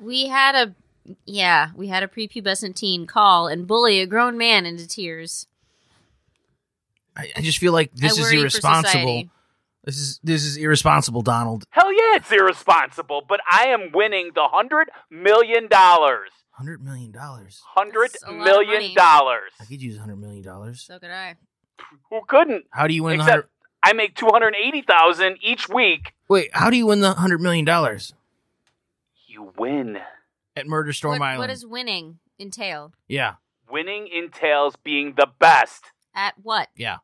[SPEAKER 2] We had a yeah, we had a prepubescent teen call and bully a grown man into tears.
[SPEAKER 1] I, I just feel like this
[SPEAKER 2] I
[SPEAKER 1] is
[SPEAKER 2] worry for
[SPEAKER 1] irresponsible.
[SPEAKER 2] society.
[SPEAKER 1] This is this is irresponsible, Donald.
[SPEAKER 7] Hell yeah, it's irresponsible, but I am winning the hundred million dollars.
[SPEAKER 1] Hundred million dollars.
[SPEAKER 7] Hundred
[SPEAKER 2] That's a lot of money.
[SPEAKER 7] million dollars.
[SPEAKER 1] I could use hundred million dollars.
[SPEAKER 2] So could I.
[SPEAKER 7] Who couldn't?
[SPEAKER 1] How do you win the
[SPEAKER 7] Except
[SPEAKER 1] hundred?
[SPEAKER 7] I make two hundred eighty thousand each week.
[SPEAKER 1] Wait, how do you win the hundred million dollars?
[SPEAKER 7] you win.
[SPEAKER 1] at Murder Storm
[SPEAKER 2] What,
[SPEAKER 1] Island.
[SPEAKER 2] what does winning entail?
[SPEAKER 1] yeah,
[SPEAKER 7] Winning entails being the best
[SPEAKER 2] At what?
[SPEAKER 1] yeah.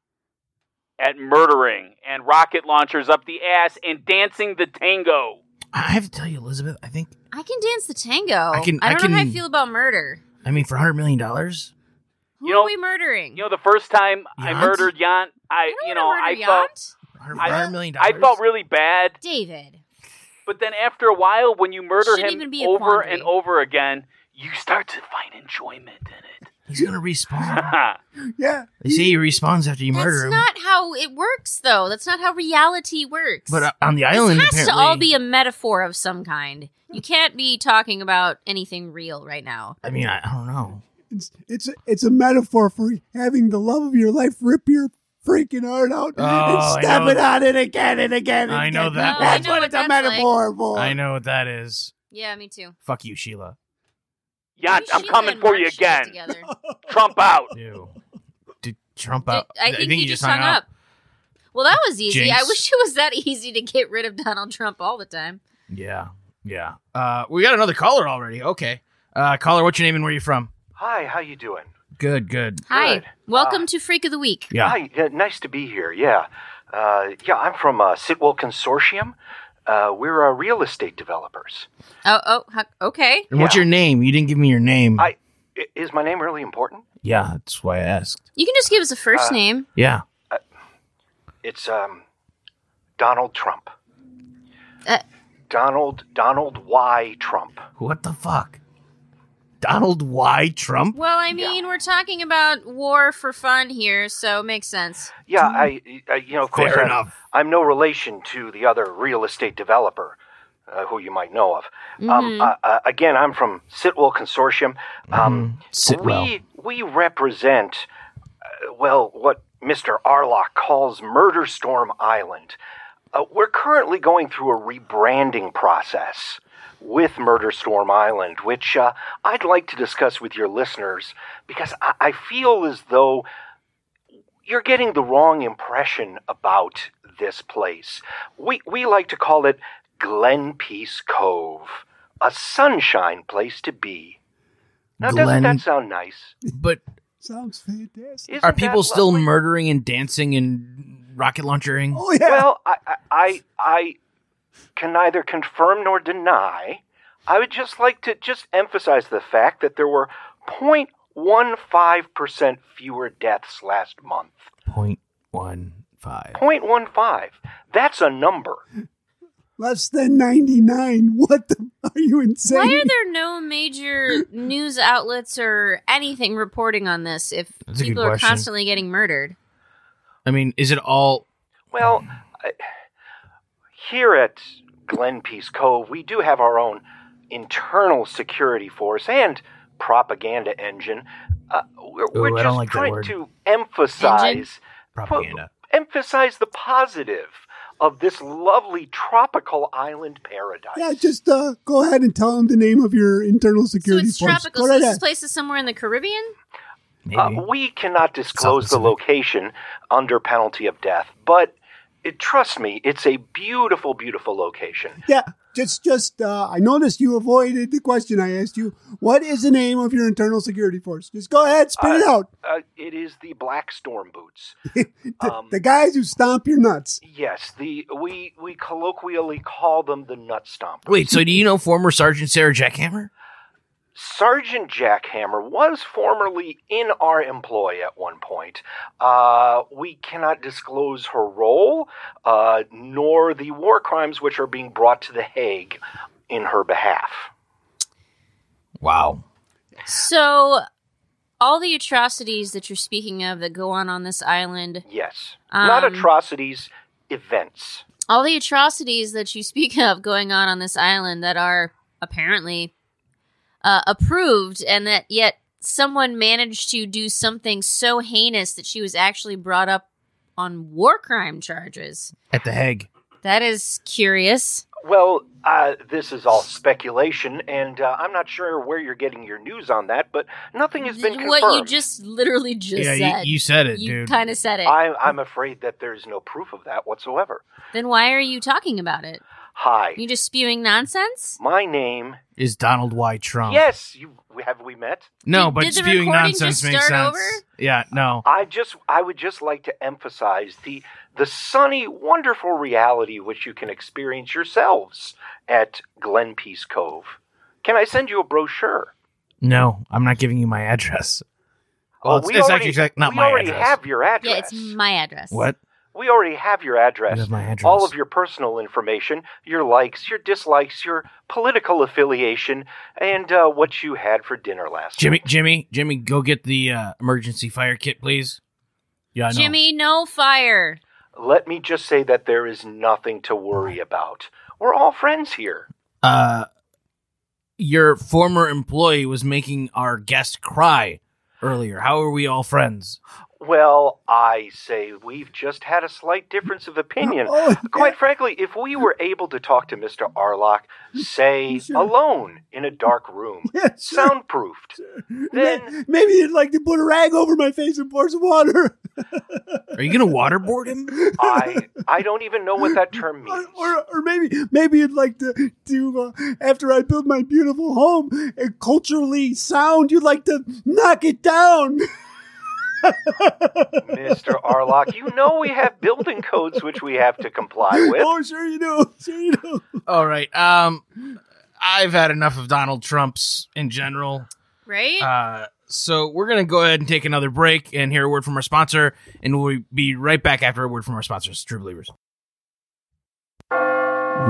[SPEAKER 7] at murdering and rocket launchers up the ass and dancing the tango.
[SPEAKER 1] I have to tell you, Elizabeth. I think
[SPEAKER 2] I can dance the tango.
[SPEAKER 1] I can-
[SPEAKER 2] I don't
[SPEAKER 1] I
[SPEAKER 2] know how I
[SPEAKER 1] can-
[SPEAKER 2] feel about murder.
[SPEAKER 1] I mean for hundred million dollars.
[SPEAKER 2] Who
[SPEAKER 7] You know-
[SPEAKER 2] are we murdering?
[SPEAKER 7] You know, the first time I
[SPEAKER 1] Yant?
[SPEAKER 7] murdered Yant, I,
[SPEAKER 2] I don't
[SPEAKER 7] you
[SPEAKER 2] wanna
[SPEAKER 7] know,
[SPEAKER 2] murder
[SPEAKER 7] I
[SPEAKER 2] Yant.
[SPEAKER 7] felt I-
[SPEAKER 1] Hundred million dollars.
[SPEAKER 7] I felt really bad.
[SPEAKER 2] David.
[SPEAKER 7] But then after a while, when you murder
[SPEAKER 2] Shouldn't even
[SPEAKER 7] him
[SPEAKER 2] be a
[SPEAKER 7] over
[SPEAKER 2] quandary.
[SPEAKER 7] and over again, you start to find enjoyment in
[SPEAKER 1] he's gonna respawn.
[SPEAKER 7] it.
[SPEAKER 3] Yeah.
[SPEAKER 1] they say he respawns after you murder
[SPEAKER 2] That's
[SPEAKER 1] him.
[SPEAKER 2] not how it works, though. That's not how reality works.
[SPEAKER 1] but uh, on the
[SPEAKER 2] this
[SPEAKER 1] island,
[SPEAKER 2] has
[SPEAKER 1] apparently,
[SPEAKER 2] to all be a metaphor of some kind. You can't be talking about anything real right now.
[SPEAKER 1] I mean, I, I don't know.
[SPEAKER 3] It's it's a, it's a metaphor for having the love of your life rip your freaking heart out
[SPEAKER 1] Oh, I
[SPEAKER 3] and stamp
[SPEAKER 1] know.
[SPEAKER 3] it on it again and again. And
[SPEAKER 1] I know
[SPEAKER 3] again.
[SPEAKER 1] that
[SPEAKER 2] No, I one.
[SPEAKER 3] That's
[SPEAKER 2] know
[SPEAKER 3] what
[SPEAKER 2] what
[SPEAKER 3] it's a
[SPEAKER 2] that's like.
[SPEAKER 3] metaphor for.
[SPEAKER 1] I know what that is.
[SPEAKER 2] Yeah, me too.
[SPEAKER 1] Fuck you, Sheila.
[SPEAKER 7] Yant,
[SPEAKER 2] Maybe
[SPEAKER 7] I'm
[SPEAKER 2] Sheila
[SPEAKER 7] coming
[SPEAKER 2] and
[SPEAKER 7] for
[SPEAKER 2] Mark
[SPEAKER 7] you
[SPEAKER 2] should get
[SPEAKER 7] again.
[SPEAKER 2] together.
[SPEAKER 7] Trump out.
[SPEAKER 1] Ew. Did Trump
[SPEAKER 2] Did-
[SPEAKER 1] out?
[SPEAKER 2] I think you just hung up. Well, that was easy. I
[SPEAKER 1] Jinx.
[SPEAKER 2] wish it was that easy to get rid of Donald Trump all the time.
[SPEAKER 1] Yeah, yeah. Uh, we got another caller already. Okay, uh, caller, what's your name and where you from?
[SPEAKER 8] Hi, how you doing?
[SPEAKER 1] Good, good.
[SPEAKER 2] Hi,
[SPEAKER 8] Good.
[SPEAKER 2] welcome
[SPEAKER 7] Ah.
[SPEAKER 2] to Freak of the Week.
[SPEAKER 1] Yeah.
[SPEAKER 8] Hi, yeah, nice to be here. Yeah. Uh, yeah, I'm from uh, Sitwell Consortium. Uh, we're uh, real estate developers.
[SPEAKER 2] Oh, oh, hu- okay.
[SPEAKER 1] And what's
[SPEAKER 8] Yeah.
[SPEAKER 1] your name? You didn't give me your name.
[SPEAKER 8] I i- is my name really important?
[SPEAKER 1] yeah, that's why I asked.
[SPEAKER 2] You can just give us a first
[SPEAKER 8] Uh,
[SPEAKER 2] name.
[SPEAKER 1] Yeah.
[SPEAKER 8] It's um, Donald Trump.
[SPEAKER 2] Uh.
[SPEAKER 8] Donald Donald Y Trump.
[SPEAKER 1] What the fuck? Donald Y. Trump?
[SPEAKER 2] Well, I mean, we're talking about war for fun here, so it makes sense.
[SPEAKER 8] Yeah, I,
[SPEAKER 2] Mm-hmm.
[SPEAKER 8] I you know of course
[SPEAKER 1] Fair
[SPEAKER 8] I'm,
[SPEAKER 1] enough.
[SPEAKER 8] I'm no relation to the other real estate developer uh, who you might know of.
[SPEAKER 2] Mm-hmm.
[SPEAKER 8] Um, uh, uh, again, I'm from Sitwell Consortium. Um,
[SPEAKER 1] Mm-hmm. Sit well.
[SPEAKER 8] We we represent uh, well what Mr. Arlock calls Murder Storm Island. Uh, we're currently going through a rebranding process with Murder Storm Island, which uh, I'd like to discuss with your listeners because I, I feel as though you're getting the wrong impression about this place. We we like to call it Glen Peace Cove, a sunshine place to be. Now, doesn't
[SPEAKER 1] Glen-
[SPEAKER 8] that sound nice?
[SPEAKER 1] But
[SPEAKER 3] Sounds fantastic.
[SPEAKER 8] Isn't
[SPEAKER 1] are
[SPEAKER 8] that
[SPEAKER 1] people still
[SPEAKER 8] lovely?
[SPEAKER 1] murdering and dancing and rocket launchering?
[SPEAKER 3] Oh yeah.
[SPEAKER 8] Well, I, I- I, I can neither confirm nor deny. I would just like to just emphasize the fact that there were 0.15% fewer deaths last month.
[SPEAKER 1] Point one five.
[SPEAKER 8] 0.15. That's a number.
[SPEAKER 3] Less than ninety nine. What the? Are you insane?
[SPEAKER 2] Why are there no major news outlets or anything reporting on this if
[SPEAKER 1] That's a good
[SPEAKER 2] people are
[SPEAKER 1] question.
[SPEAKER 2] constantly getting murdered?
[SPEAKER 1] I mean, is it all?
[SPEAKER 8] Well, I, here at Glen Peace Cove, we do have our own internal security force and propaganda engine. Uh, we're we're
[SPEAKER 1] Ooh, I
[SPEAKER 8] just
[SPEAKER 1] don't like that
[SPEAKER 8] trying
[SPEAKER 1] word.
[SPEAKER 8] to emphasize
[SPEAKER 1] Propaganda.
[SPEAKER 8] emphasize the positive of this lovely tropical island paradise.
[SPEAKER 3] Yeah, just uh, go ahead and tell them the name of your internal
[SPEAKER 2] So
[SPEAKER 3] security
[SPEAKER 2] it's
[SPEAKER 3] force.
[SPEAKER 2] tropical.
[SPEAKER 3] Go
[SPEAKER 2] So
[SPEAKER 3] right
[SPEAKER 2] this
[SPEAKER 3] ahead.
[SPEAKER 2] place is somewhere in the Caribbean.
[SPEAKER 1] Maybe.
[SPEAKER 8] Uh, we cannot disclose the
[SPEAKER 1] South Pacific.
[SPEAKER 8] location under penalty of death, but it, trust me, it's a beautiful, beautiful location.
[SPEAKER 3] Yeah, just just uh, I noticed you avoided the question I asked you. What is the name of your internal security force? Just go ahead, spit it out.
[SPEAKER 8] Uh, it is the Black Storm Boots.
[SPEAKER 3] The,
[SPEAKER 8] um,
[SPEAKER 3] the guys who stomp your nuts.
[SPEAKER 8] Yes, the we we colloquially call them the Nut Stompers.
[SPEAKER 1] Wait. So do you know former Sergeant Sarah Jackhammer?
[SPEAKER 8] Sergeant Jackhammer was formerly in our employ at one point. Uh, we cannot disclose her role, uh, nor the war crimes which are being brought to The Hague in her behalf.
[SPEAKER 1] Wow.
[SPEAKER 2] So all the atrocities that you're speaking of that go on on this island,
[SPEAKER 8] Yes, not
[SPEAKER 2] Um,
[SPEAKER 8] atrocities, events.
[SPEAKER 2] all the atrocities that you speak of going on on this island that are apparently uh, approved, and that yet someone managed to do something so heinous that she was actually brought up on war crime charges.
[SPEAKER 1] At the Hague.
[SPEAKER 2] That is curious.
[SPEAKER 8] Well, uh, this is all speculation, and uh, I'm not sure where you're getting your news on that, but nothing has been confirmed.
[SPEAKER 2] What you just literally just
[SPEAKER 1] yeah,
[SPEAKER 2] said.
[SPEAKER 1] you, you said it, dude.
[SPEAKER 2] kind of said it.
[SPEAKER 8] I, I'm afraid that there's no proof of that whatsoever.
[SPEAKER 2] then why are you talking about it?
[SPEAKER 8] Hi,
[SPEAKER 2] You just spewing nonsense?
[SPEAKER 8] my name.
[SPEAKER 1] Is Donald Y. Trump?
[SPEAKER 8] Yes, you have we met?
[SPEAKER 1] No,
[SPEAKER 2] Did-
[SPEAKER 1] but
[SPEAKER 2] did the
[SPEAKER 1] spewing
[SPEAKER 2] recording
[SPEAKER 1] nonsense
[SPEAKER 2] just
[SPEAKER 1] makes
[SPEAKER 2] start
[SPEAKER 1] sense.
[SPEAKER 2] over?
[SPEAKER 1] Yeah, no.
[SPEAKER 8] I just I would just like to emphasize the the sunny, wonderful reality which you can experience yourselves at Glen Peace Cove. Can I send you a brochure?
[SPEAKER 1] No, I'm not giving you my address. Well, it's,
[SPEAKER 8] Uh, we
[SPEAKER 1] it's
[SPEAKER 8] already-
[SPEAKER 1] actually exact- not
[SPEAKER 8] we
[SPEAKER 1] my
[SPEAKER 8] already
[SPEAKER 1] address.
[SPEAKER 8] have your address.
[SPEAKER 2] Yeah, it's my address.
[SPEAKER 1] what?
[SPEAKER 8] we already have your address.
[SPEAKER 1] You have my address.
[SPEAKER 8] All of your personal information, your likes, your dislikes, your political affiliation, and uh, what you had for dinner last
[SPEAKER 1] Jimmy,
[SPEAKER 8] night.
[SPEAKER 1] Jimmy, Jimmy, go get the uh, emergency fire kit, please. Yeah, I know.
[SPEAKER 2] Jimmy, no fire.
[SPEAKER 8] Let me just say that there is nothing to worry about. We're all friends here.
[SPEAKER 1] Uh, your former employee was making our guest cry earlier. How are we all friends?
[SPEAKER 8] Well, I say we've just had a slight difference of opinion.
[SPEAKER 3] Oh,
[SPEAKER 8] Quite frankly, if we were able to talk to Mr. Arlock, say
[SPEAKER 3] Sure.
[SPEAKER 8] alone in a dark room,
[SPEAKER 3] yes, sir.
[SPEAKER 8] soundproofed, then
[SPEAKER 3] Maybe you'd like to put a rag over my face and pour some water.
[SPEAKER 1] Are you gonna waterboard him?
[SPEAKER 8] I I don't even know what that term
[SPEAKER 3] Or,
[SPEAKER 8] means.
[SPEAKER 3] or, or maybe maybe you'd like to to uh, after I build my beautiful home and culturally sound, you'd like to knock it down.
[SPEAKER 8] Mr. Arlock, you know we have building codes which we have to comply with.
[SPEAKER 3] Oh, sure you do. Sure you do.
[SPEAKER 1] All right. Um, I've had enough of Donald Trump's in general.
[SPEAKER 2] Right?
[SPEAKER 1] Uh, so we're gonna go ahead and take another break and hear a word from our sponsor, and we'll be right back after a word from our sponsors, True Believers.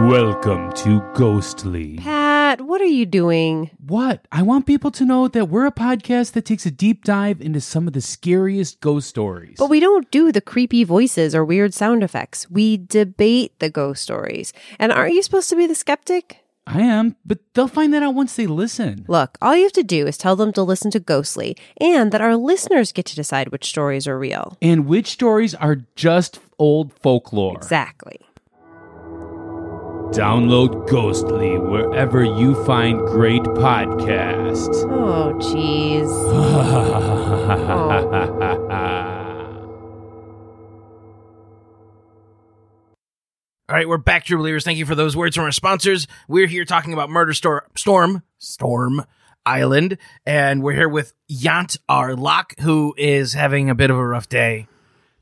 [SPEAKER 9] Welcome to Ghostly.
[SPEAKER 6] Pat, what are you doing?
[SPEAKER 9] What? I want people to know that we're a podcast that takes a deep dive into some of the scariest ghost stories.
[SPEAKER 6] But we don't do the creepy voices or weird sound effects. We debate the ghost stories. And aren't you supposed to be the skeptic?
[SPEAKER 9] I am, but they'll find that out once they listen.
[SPEAKER 6] Look, all you have to do is tell them to listen to Ghostly and that our listeners get to decide which stories are real.
[SPEAKER 9] And which stories are just old folklore?
[SPEAKER 6] Exactly.
[SPEAKER 9] Download Ghostly wherever you find great podcasts.
[SPEAKER 6] Oh, jeez.
[SPEAKER 1] Oh. All right, we're back, True Believers. Thank you for those words from our sponsors. We're here talking about Murder Stor- Storm, Storm Island, and we're here with Yant Arlock, who is having a bit of a rough day.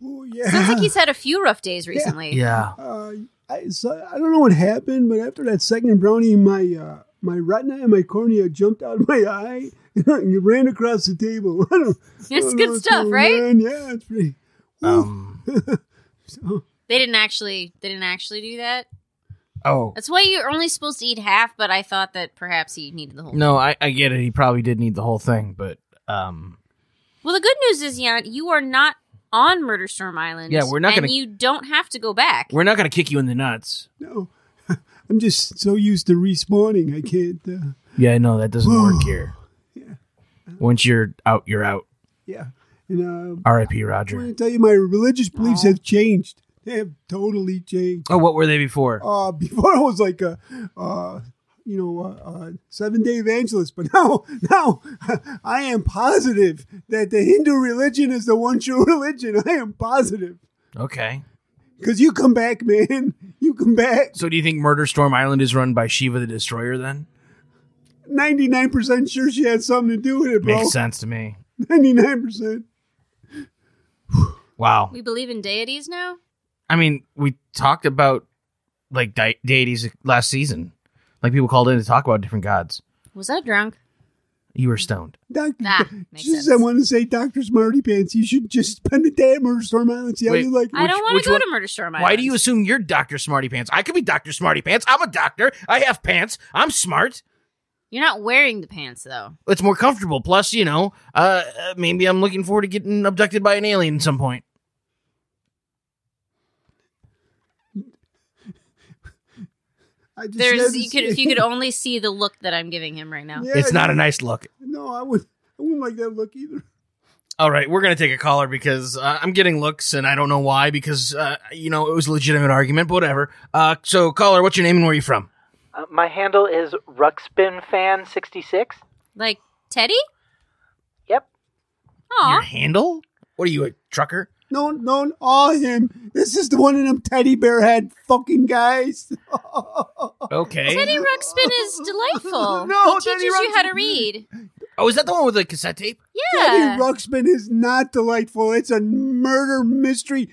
[SPEAKER 3] Oh, yeah.
[SPEAKER 2] Sounds like he's had a few rough days recently.
[SPEAKER 1] Yeah.
[SPEAKER 3] uh, I, so, I don't know what happened, but after that second brownie, my uh, my retina and my cornea jumped out of my eye and ran across the table. I don't, I
[SPEAKER 2] It's
[SPEAKER 3] don't
[SPEAKER 2] good
[SPEAKER 3] know what's
[SPEAKER 2] stuff,
[SPEAKER 3] going
[SPEAKER 2] right?
[SPEAKER 3] on. Yeah, it's pretty.
[SPEAKER 1] Um,
[SPEAKER 2] They didn't actually they didn't actually do that.
[SPEAKER 1] oh
[SPEAKER 2] That's why you're only supposed to eat half, but I thought that perhaps he needed the whole
[SPEAKER 1] no, I, I get it. He probably did need the whole thing, but um,
[SPEAKER 2] Well, the good news is, Jan, you are not on Murder Storm Island.
[SPEAKER 1] Yeah, we're not
[SPEAKER 2] and
[SPEAKER 1] gonna-
[SPEAKER 2] you don't have to go back.
[SPEAKER 1] we're not gonna kick you in the nuts.
[SPEAKER 3] No, I'm just so used to respawning. I can't. Uh,
[SPEAKER 1] Yeah, no, that doesn't work here. Once you're out, you're out.
[SPEAKER 3] yeah, and uh,
[SPEAKER 1] R.I.P.
[SPEAKER 3] I want
[SPEAKER 1] Roger.
[SPEAKER 3] to tell you, my religious beliefs have changed. They have totally changed.
[SPEAKER 1] Oh, what were they before?
[SPEAKER 3] Uh, before I was like a, uh, you know, a, a seven day evangelist, but now, now I am positive that the Hindu religion is the one true religion. I am positive
[SPEAKER 1] Okay.
[SPEAKER 3] because you come back, man. You come back.
[SPEAKER 1] So, do you think Murder Storm Island is run by Shiva the Destroyer? Then
[SPEAKER 3] Ninety nine percent sure she had something to do with it, bro.
[SPEAKER 1] makes sense to me.
[SPEAKER 3] Ninety nine percent.
[SPEAKER 1] Wow.
[SPEAKER 2] we believe in deities now?
[SPEAKER 1] I mean, we talked about like di- deities last season. Like people called in to talk about different gods.
[SPEAKER 2] Was I drunk?
[SPEAKER 1] You were stoned.
[SPEAKER 3] Doctor,
[SPEAKER 2] Ah, makes
[SPEAKER 3] just I
[SPEAKER 2] sense.
[SPEAKER 3] want to say, Doctor Smarty Pants, you should just spend a day at Murder Storm Island. See how
[SPEAKER 1] Wait,
[SPEAKER 3] you like. it.
[SPEAKER 2] I don't want
[SPEAKER 1] which
[SPEAKER 2] to go
[SPEAKER 1] one-
[SPEAKER 2] to Murder Storm Island.
[SPEAKER 1] Why do you assume you're Doctor Smarty Pants? I could be Doctor Smarty Pants. I'm a doctor. I have pants. I'm smart.
[SPEAKER 2] You're not wearing the pants though.
[SPEAKER 1] It's more comfortable. Plus, you know, uh, uh, maybe I'm looking forward to getting abducted by an alien at some point.
[SPEAKER 3] I just had
[SPEAKER 2] There's
[SPEAKER 3] to
[SPEAKER 2] you could if
[SPEAKER 3] say-
[SPEAKER 2] you could only see the look that I'm giving him right now.
[SPEAKER 3] Yeah,
[SPEAKER 1] It's not a nice look.
[SPEAKER 3] No, I would. I wouldn't like that look either.
[SPEAKER 1] All right, we're gonna take a caller because uh, I'm getting looks and I don't know why because uh, you know it was a legitimate argument, but whatever. Uh, so caller, what's your name and where are you from?
[SPEAKER 10] Uh, my handle is ruxpinfan66.
[SPEAKER 2] Like Teddy?
[SPEAKER 10] Yep.
[SPEAKER 2] Aw.
[SPEAKER 1] Your handle? What are you a trucker?
[SPEAKER 3] known known all him. This is the one of them teddy bear head fucking guys.
[SPEAKER 8] Oh.
[SPEAKER 1] Okay.
[SPEAKER 2] Teddy Ruxpin is delightful.
[SPEAKER 3] No,
[SPEAKER 2] he
[SPEAKER 3] Teddy
[SPEAKER 2] teaches you how
[SPEAKER 3] Ruxpin-
[SPEAKER 2] to read.
[SPEAKER 1] Oh, is that the one with the cassette tape?
[SPEAKER 2] Yeah.
[SPEAKER 3] Teddy Ruxpin is not delightful. It's a murder mystery.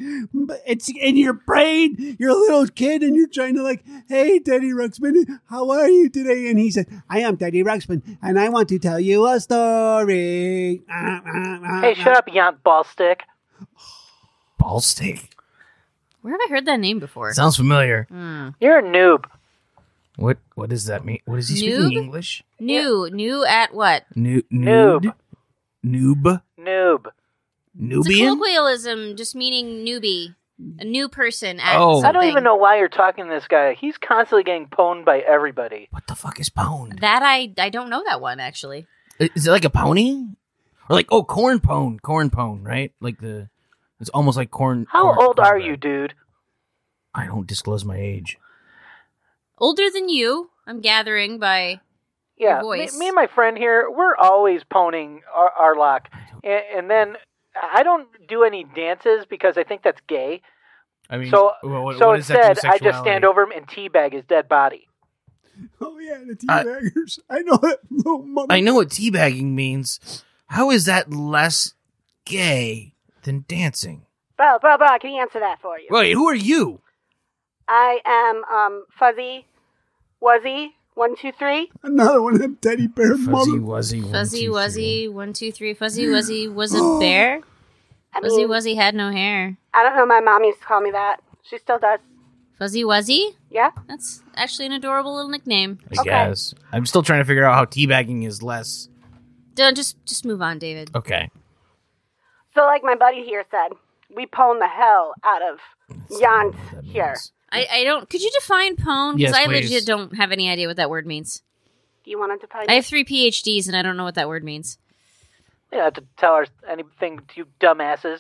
[SPEAKER 3] It's in your brain. You're a little kid and you're trying to like, hey, Teddy Ruxpin, how are you today? And he said, I am Teddy Ruxpin and I want to tell you a story.
[SPEAKER 8] Hey,
[SPEAKER 3] Uh-huh.
[SPEAKER 8] shut up, Yant Ballstick.
[SPEAKER 1] Ball steak.
[SPEAKER 2] Where have I heard that name before?
[SPEAKER 1] Sounds familiar.
[SPEAKER 2] Mm.
[SPEAKER 8] You're a noob.
[SPEAKER 1] What What does that mean? What is he
[SPEAKER 2] Noob?
[SPEAKER 1] speaking English?
[SPEAKER 2] New, new at what?
[SPEAKER 1] Nu-
[SPEAKER 8] Noob.
[SPEAKER 1] nude? Noob.
[SPEAKER 8] Noob.
[SPEAKER 2] It's a
[SPEAKER 1] Nubian.
[SPEAKER 2] colloquialism just meaning newbie, a new person. At
[SPEAKER 1] Oh.
[SPEAKER 8] I don't
[SPEAKER 2] something.
[SPEAKER 8] even know why you're talking to this guy. He's constantly getting pwned by everybody.
[SPEAKER 1] What the fuck is pound?
[SPEAKER 2] That I I don't know that one actually.
[SPEAKER 1] I- Is it like a pony? Or like oh corn pone, corn pone, right? Like the it's almost like corn.
[SPEAKER 8] How
[SPEAKER 1] corn-
[SPEAKER 8] old
[SPEAKER 1] corn
[SPEAKER 8] are
[SPEAKER 1] bread.
[SPEAKER 8] you, dude?
[SPEAKER 1] I don't disclose my age.
[SPEAKER 2] Older than you, I'm gathering by.
[SPEAKER 8] Yeah,
[SPEAKER 2] Your
[SPEAKER 8] me,
[SPEAKER 2] voice.
[SPEAKER 8] me and my friend here, we're always poning our, our lock. And, and then I don't do any dances because I think that's gay.
[SPEAKER 1] I mean,
[SPEAKER 8] So-
[SPEAKER 1] wha- what,
[SPEAKER 8] so
[SPEAKER 1] what does that do
[SPEAKER 8] instead,
[SPEAKER 1] to
[SPEAKER 8] I just stand
[SPEAKER 1] sexuality?
[SPEAKER 8] over him and teabag his dead body.
[SPEAKER 3] Oh, yeah, the
[SPEAKER 1] I-
[SPEAKER 3] teabaggers. I know that little mother.
[SPEAKER 1] I know what teabagging means. How is that less gay than dancing?
[SPEAKER 6] Bro, bro, bro, I can answer that for you.
[SPEAKER 1] Wait, who are you?
[SPEAKER 6] I am um fuzzy, wuzzy, one, two, three.
[SPEAKER 3] Another one of them teddy bear
[SPEAKER 1] Fuzzy
[SPEAKER 3] mother.
[SPEAKER 1] wuzzy. one,
[SPEAKER 2] Fuzzy
[SPEAKER 1] two,
[SPEAKER 2] Wuzzy, one, two, three. Fuzzy Wuzzy was a bear.
[SPEAKER 6] I mean,
[SPEAKER 2] Fuzzy Wuzzy had no hair.
[SPEAKER 6] I don't know. My mom used to call me that. She still does.
[SPEAKER 2] Fuzzy Wuzzy?
[SPEAKER 6] Yeah.
[SPEAKER 2] That's actually an adorable little nickname.
[SPEAKER 1] three. I guess I'm still trying to figure out how teabagging is less.
[SPEAKER 2] Don't just just move on, David.
[SPEAKER 1] Okay,
[SPEAKER 6] So, like my buddy here said, we pwned the hell out of Yant
[SPEAKER 1] that
[SPEAKER 6] here.
[SPEAKER 1] means-
[SPEAKER 2] I, I don't. Could you define pwn?
[SPEAKER 1] Yes,
[SPEAKER 2] Because I
[SPEAKER 1] please.
[SPEAKER 2] legit don't have any idea what that word means.
[SPEAKER 6] Do you want to define?
[SPEAKER 2] I
[SPEAKER 6] it?
[SPEAKER 2] have three PhDs and I don't know what that word means.
[SPEAKER 8] You don't have to tell us anything, you dumbasses.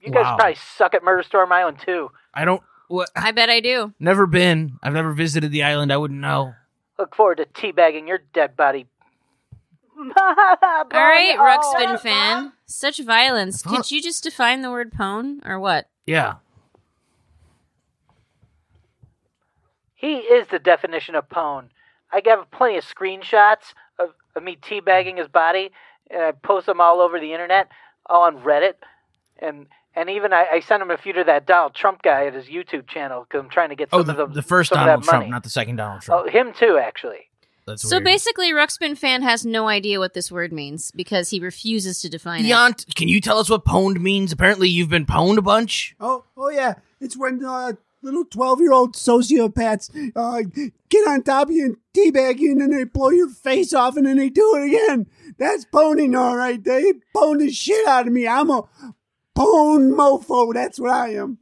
[SPEAKER 8] You guys
[SPEAKER 1] Wow.
[SPEAKER 8] probably suck at Murder Storm Island too.
[SPEAKER 1] I don't. What?
[SPEAKER 2] I bet I do.
[SPEAKER 1] Never been. I've never visited the island. I wouldn't know.
[SPEAKER 8] Look forward to teabagging your dead body.
[SPEAKER 2] All right,
[SPEAKER 6] Oh,
[SPEAKER 2] Ruxpin fan. Such violence.
[SPEAKER 1] I thought-
[SPEAKER 2] Could you just define the word pwn or what?
[SPEAKER 1] Yeah.
[SPEAKER 8] He is the definition of pwn. I have plenty of screenshots of, of me teabagging his body, and I post them all over the internet, all on Reddit, and and even I, I sent him a few to that Donald Trump guy at his YouTube channel because I'm trying to get some
[SPEAKER 1] Oh,
[SPEAKER 8] of
[SPEAKER 1] the,
[SPEAKER 8] the,
[SPEAKER 1] the first
[SPEAKER 8] some of
[SPEAKER 1] Donald
[SPEAKER 8] that
[SPEAKER 1] Trump,
[SPEAKER 8] money.
[SPEAKER 1] not the second Donald Trump.
[SPEAKER 8] Oh, him too, actually.
[SPEAKER 1] That's
[SPEAKER 2] so
[SPEAKER 1] weird.
[SPEAKER 2] basically, Ruxpin fan has no idea what this word means because he refuses to define it.
[SPEAKER 1] Yant, can you tell us what pwned means? Apparently, you've been pwned a bunch.
[SPEAKER 3] Oh, oh yeah, it's when uh, little twelve-year-old sociopaths uh, get on top of you and teabag you, and then they blow your face off, and then they do it again. That's boning, all right. They boned the shit out of me. I'm a bone mofo. That's what I am.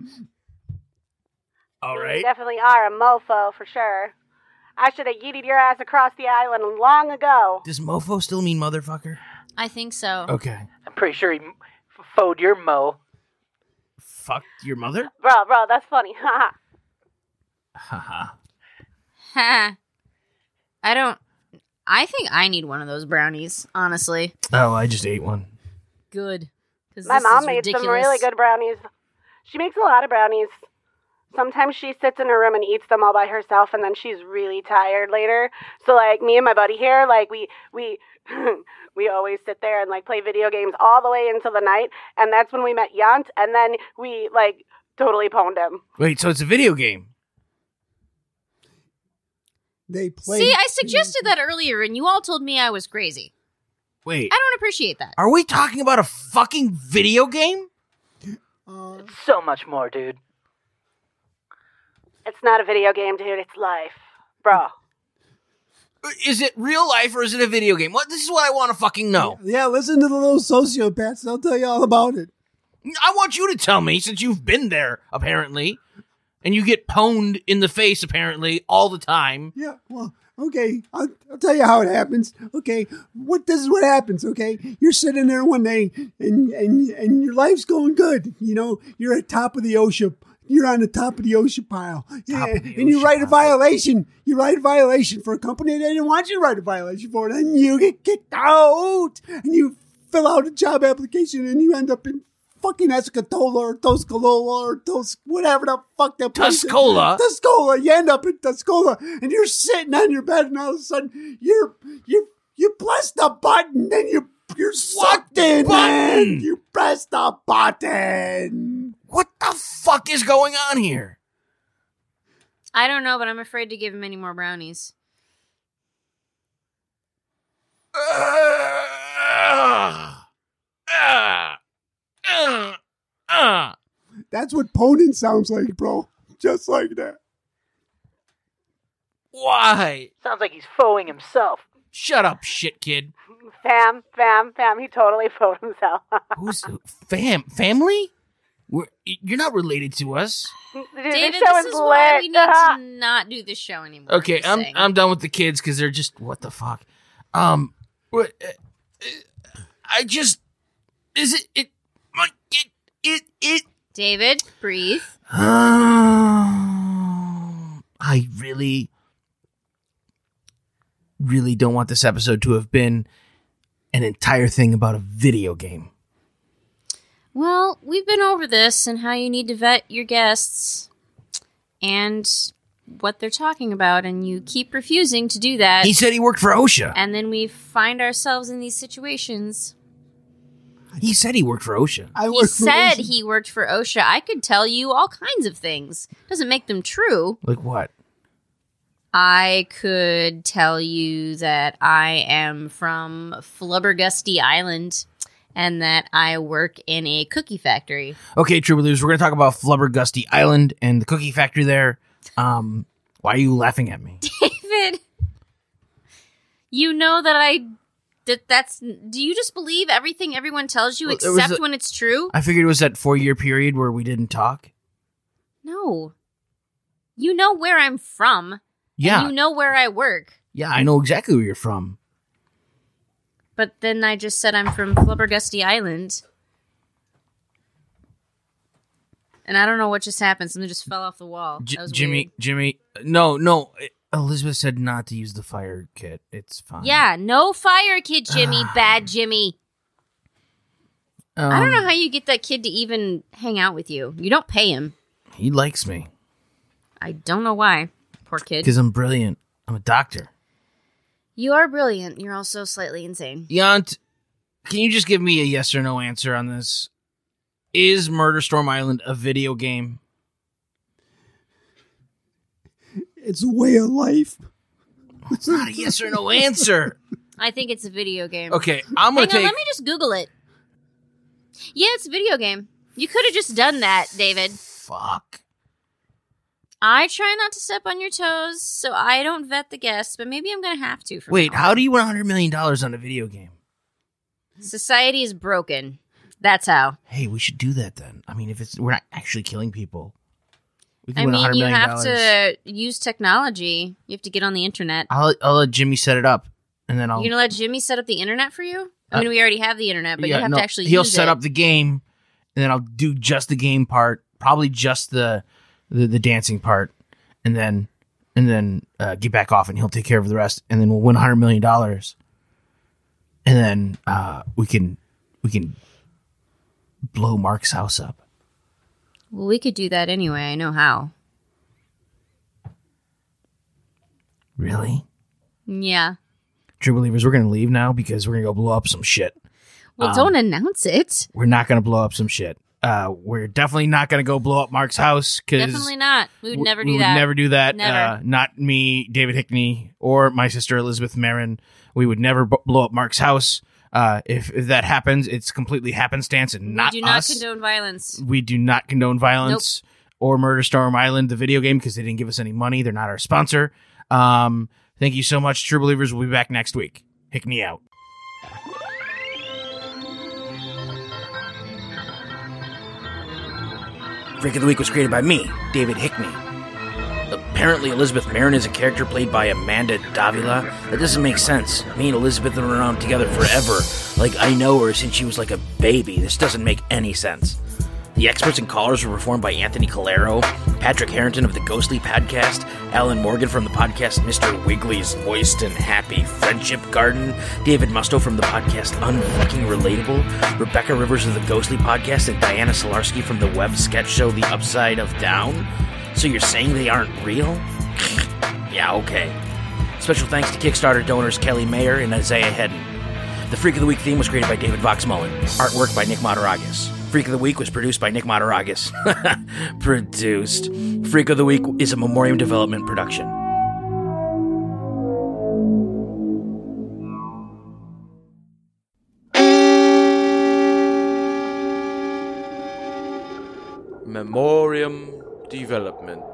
[SPEAKER 1] All
[SPEAKER 6] You
[SPEAKER 1] right.
[SPEAKER 6] definitely are a mofo for sure. I should have yeeted your ass across the island long ago.
[SPEAKER 1] Does mofo still mean motherfucker?
[SPEAKER 2] I think so.
[SPEAKER 1] Okay.
[SPEAKER 8] I'm pretty sure he m- f- foed your mo.
[SPEAKER 1] Fuck your mother?
[SPEAKER 6] Bro, bro, that's funny. Haha.
[SPEAKER 1] Haha.
[SPEAKER 2] Ha. I don't. I think I need one of those brownies, honestly.
[SPEAKER 1] oh, I just ate one.
[SPEAKER 2] Good. 'Cause
[SPEAKER 6] My
[SPEAKER 2] this
[SPEAKER 6] mom
[SPEAKER 2] is
[SPEAKER 6] made some
[SPEAKER 2] ridiculous.
[SPEAKER 6] really good brownies. She makes a lot of brownies. Sometimes she sits in her room and eats them all by herself, and then she's really tired later. So like me and my buddy here, like we we we always sit there and like play video games all the way into the night, and that's when we met Yant, and then we like totally pwned him.
[SPEAKER 1] Wait, so it's a video game.
[SPEAKER 3] They play.
[SPEAKER 2] See, I suggested that earlier, and you all told me I was crazy.
[SPEAKER 1] Wait.
[SPEAKER 2] I don't appreciate that.
[SPEAKER 1] Are we talking about a fucking video game?
[SPEAKER 3] Uh,
[SPEAKER 8] So much more, dude.
[SPEAKER 6] It's not a video game, dude. It's life, bro.
[SPEAKER 1] Is it real life or is it a video game? What this is what I want to fucking know.
[SPEAKER 3] yeah, listen to the little sociopaths. They'll tell you all about it.
[SPEAKER 1] I want you to tell me since you've been there apparently and you get pwned in the face apparently all the time.
[SPEAKER 3] Yeah, well, okay. I'll, I'll tell you how it happens. Okay, what this is what happens. Okay, you're sitting there one day, and and and your life's going good. You know, you're at top of the ocean. You're on the top of the ocean pile, yeah,
[SPEAKER 1] of the
[SPEAKER 3] and you
[SPEAKER 1] OSHA
[SPEAKER 3] write a
[SPEAKER 1] pile.
[SPEAKER 3] violation. You write a violation for a company that didn't want you to write a violation for, and you get kicked out, and you fill out a job application, and you end up in fucking Escatola or Tuscalola or Tus whatever the fuck that place is.
[SPEAKER 1] Tuscola?
[SPEAKER 3] Tuscola. You end up in Tuscola, and you're sitting on your bed, and all of a sudden you're you you press the button, and you you're sucked in. man.
[SPEAKER 1] button?
[SPEAKER 3] You press the button.
[SPEAKER 1] What the fuck is going on here?
[SPEAKER 2] I don't know, but I'm afraid to give him any more brownies.
[SPEAKER 1] Ah, ah, ah, ah.
[SPEAKER 3] That's what Ponin sounds like, bro. Just like that.
[SPEAKER 1] Why?
[SPEAKER 10] Sounds like he's foeing himself.
[SPEAKER 1] Shut up, shit kid.
[SPEAKER 11] Fam, fam, fam. He totally fought himself.
[SPEAKER 1] Who's fam family? We're, you're not related to us.
[SPEAKER 11] Dude,
[SPEAKER 2] David,
[SPEAKER 11] this show
[SPEAKER 2] this
[SPEAKER 11] is
[SPEAKER 2] is why
[SPEAKER 11] lit.
[SPEAKER 2] we need to not do this show anymore.
[SPEAKER 1] Okay,
[SPEAKER 2] just
[SPEAKER 1] I'm
[SPEAKER 2] saying.
[SPEAKER 1] I'm done with the kids because they're just what the fuck. Um, what- uh, uh, I just is it it my it it it.
[SPEAKER 2] David, breathe.
[SPEAKER 1] I really, really don't want this episode to have been an entire thing about a video game.
[SPEAKER 2] Well, we've been over this and how you need to vet your guests and what they're talking about, and you keep refusing to do that.
[SPEAKER 1] He said he worked for OSHA.
[SPEAKER 2] And then we find ourselves in these situations.
[SPEAKER 1] He said he worked for OSHA.
[SPEAKER 3] I
[SPEAKER 2] He said he worked for OSHA. I could tell you all kinds of things. Doesn't make them true.
[SPEAKER 1] Like what?
[SPEAKER 2] I could tell you that I am from Flubbergusty Island and that I work in a cookie factory.
[SPEAKER 1] Okay, True Believers, we're going to talk about Flubbergusty Island and the cookie factory there. Um, why are you laughing at me?
[SPEAKER 2] David, you know that I that that's do you just believe everything everyone tells you
[SPEAKER 1] Well, there was
[SPEAKER 2] except
[SPEAKER 1] a-
[SPEAKER 2] when it's true?
[SPEAKER 1] I figured it was that four year period where we didn't talk.
[SPEAKER 2] No. You know where I'm from.
[SPEAKER 1] Yeah.
[SPEAKER 2] And you know where I work.
[SPEAKER 1] Yeah, I know exactly where you're from.
[SPEAKER 2] But then I just said I'm from Flubbergusty Island. And I don't know what just happened. Something just fell off the wall.
[SPEAKER 1] J-
[SPEAKER 2] that was
[SPEAKER 1] Jimmy, Jimmy, no, no. eh, Elizabeth said not to use the fire kit. It's fine.
[SPEAKER 2] weird. Yeah, no fire kid Jimmy, bad Jimmy. I don't
[SPEAKER 1] Um,
[SPEAKER 2] know how you get that kid to even hang out with you. You don't pay him.
[SPEAKER 1] He likes me
[SPEAKER 2] I don't know why. Poor kid.
[SPEAKER 1] because I'm brilliant. I'm a doctor.
[SPEAKER 2] You are brilliant. You're also slightly insane.
[SPEAKER 1] Yant, can you just give me a yes or no answer on this? Is Murder Storm Island a video game?
[SPEAKER 3] It's a way of life.
[SPEAKER 1] It's not a yes or no answer.
[SPEAKER 2] I think it's a video game.
[SPEAKER 1] Okay, I'm gonna
[SPEAKER 2] Hang on,
[SPEAKER 1] take.
[SPEAKER 2] let me just Google it. Yeah, it's a video game. You could have just done that, David.
[SPEAKER 1] Fuck.
[SPEAKER 2] I try not to step on your toes, so I don't vet the guests, but maybe I'm going to have to. From
[SPEAKER 1] Wait,
[SPEAKER 2] now
[SPEAKER 1] how do you win 100 million dollars on a video game?
[SPEAKER 2] on. Society is broken. That's how.
[SPEAKER 1] Hey, we should do that then. I mean, if it's we're not actually killing people, we
[SPEAKER 2] I mean,
[SPEAKER 1] $100
[SPEAKER 2] you
[SPEAKER 1] million
[SPEAKER 2] have to use technology. You have to get on the internet.
[SPEAKER 1] I'll, I'll let Jimmy set it up, and then
[SPEAKER 2] You're
[SPEAKER 1] I'll.
[SPEAKER 2] going to let Jimmy set up the internet for you? I
[SPEAKER 1] Uh,
[SPEAKER 2] mean, we already have the internet, but
[SPEAKER 1] Yeah,
[SPEAKER 2] you have
[SPEAKER 1] no,
[SPEAKER 2] to actually
[SPEAKER 1] He'll
[SPEAKER 2] use
[SPEAKER 1] set
[SPEAKER 2] it.
[SPEAKER 1] up the game, and then I'll do just the game part, probably just the the, the dancing part, and then and then uh, get back off, and he'll take care of the rest, and then we'll win 100 million dollars, and then uh, we can we can blow Mark's house up.
[SPEAKER 2] Well, we could do that anyway. I know how.
[SPEAKER 1] Really,
[SPEAKER 2] Yeah.
[SPEAKER 1] true believers, we're gonna leave now because we're gonna go blow up some shit.
[SPEAKER 2] Well,
[SPEAKER 1] Um,
[SPEAKER 2] don't announce it.
[SPEAKER 1] We're not gonna blow up some shit. Uh, we're definitely not gonna go blow up Mark's house because
[SPEAKER 2] Definitely not. We would
[SPEAKER 1] W-
[SPEAKER 2] never
[SPEAKER 1] we
[SPEAKER 2] do
[SPEAKER 1] would
[SPEAKER 2] that.
[SPEAKER 1] Never do that.
[SPEAKER 2] Never.
[SPEAKER 1] Uh, not me, David Hickney, or my sister Elizabeth Marin. We would never b- blow up Mark's house. Uh, if, if that happens, it's completely happenstance and not
[SPEAKER 2] we do not
[SPEAKER 1] us.
[SPEAKER 2] condone violence.
[SPEAKER 1] we do not condone violence or Murder Storm Island, the video game, because they didn't give us any money. They're not our sponsor. Um, thank you so much, True Believers. We'll be back next week. Hickney out. Freak of the Week was created by me, David Hickney. Apparently, Elizabeth Marin is a character played by Amanda Davila. That doesn't make sense. Me and Elizabeth have been around together forever. Like, I know her since she was like a baby. This doesn't make any sense. The experts and callers were performed by Anthony Calero. Patrick Harrington of the Ghostly Podcast, Alan Morgan from the podcast Mr. Wiggly's Moist and Happy Friendship Garden, David Musto from the podcast Unfucking Relatable, Rebecca Rivers of the Ghostly Podcast, and Diana Solarski from the web sketch show The Upside of Down. So you're saying they aren't real? yeah, okay. Special thanks to Kickstarter donors Kelly Mayer and Isaiah Hedden. The Freak of the Week theme was created by David Vox Mullen. Artwork by Nick Mataragas. Freak of the Week was produced by Nick Mataragas. produced. Freak of the Week is a Memoriam Development production.
[SPEAKER 7] Memoriam Development.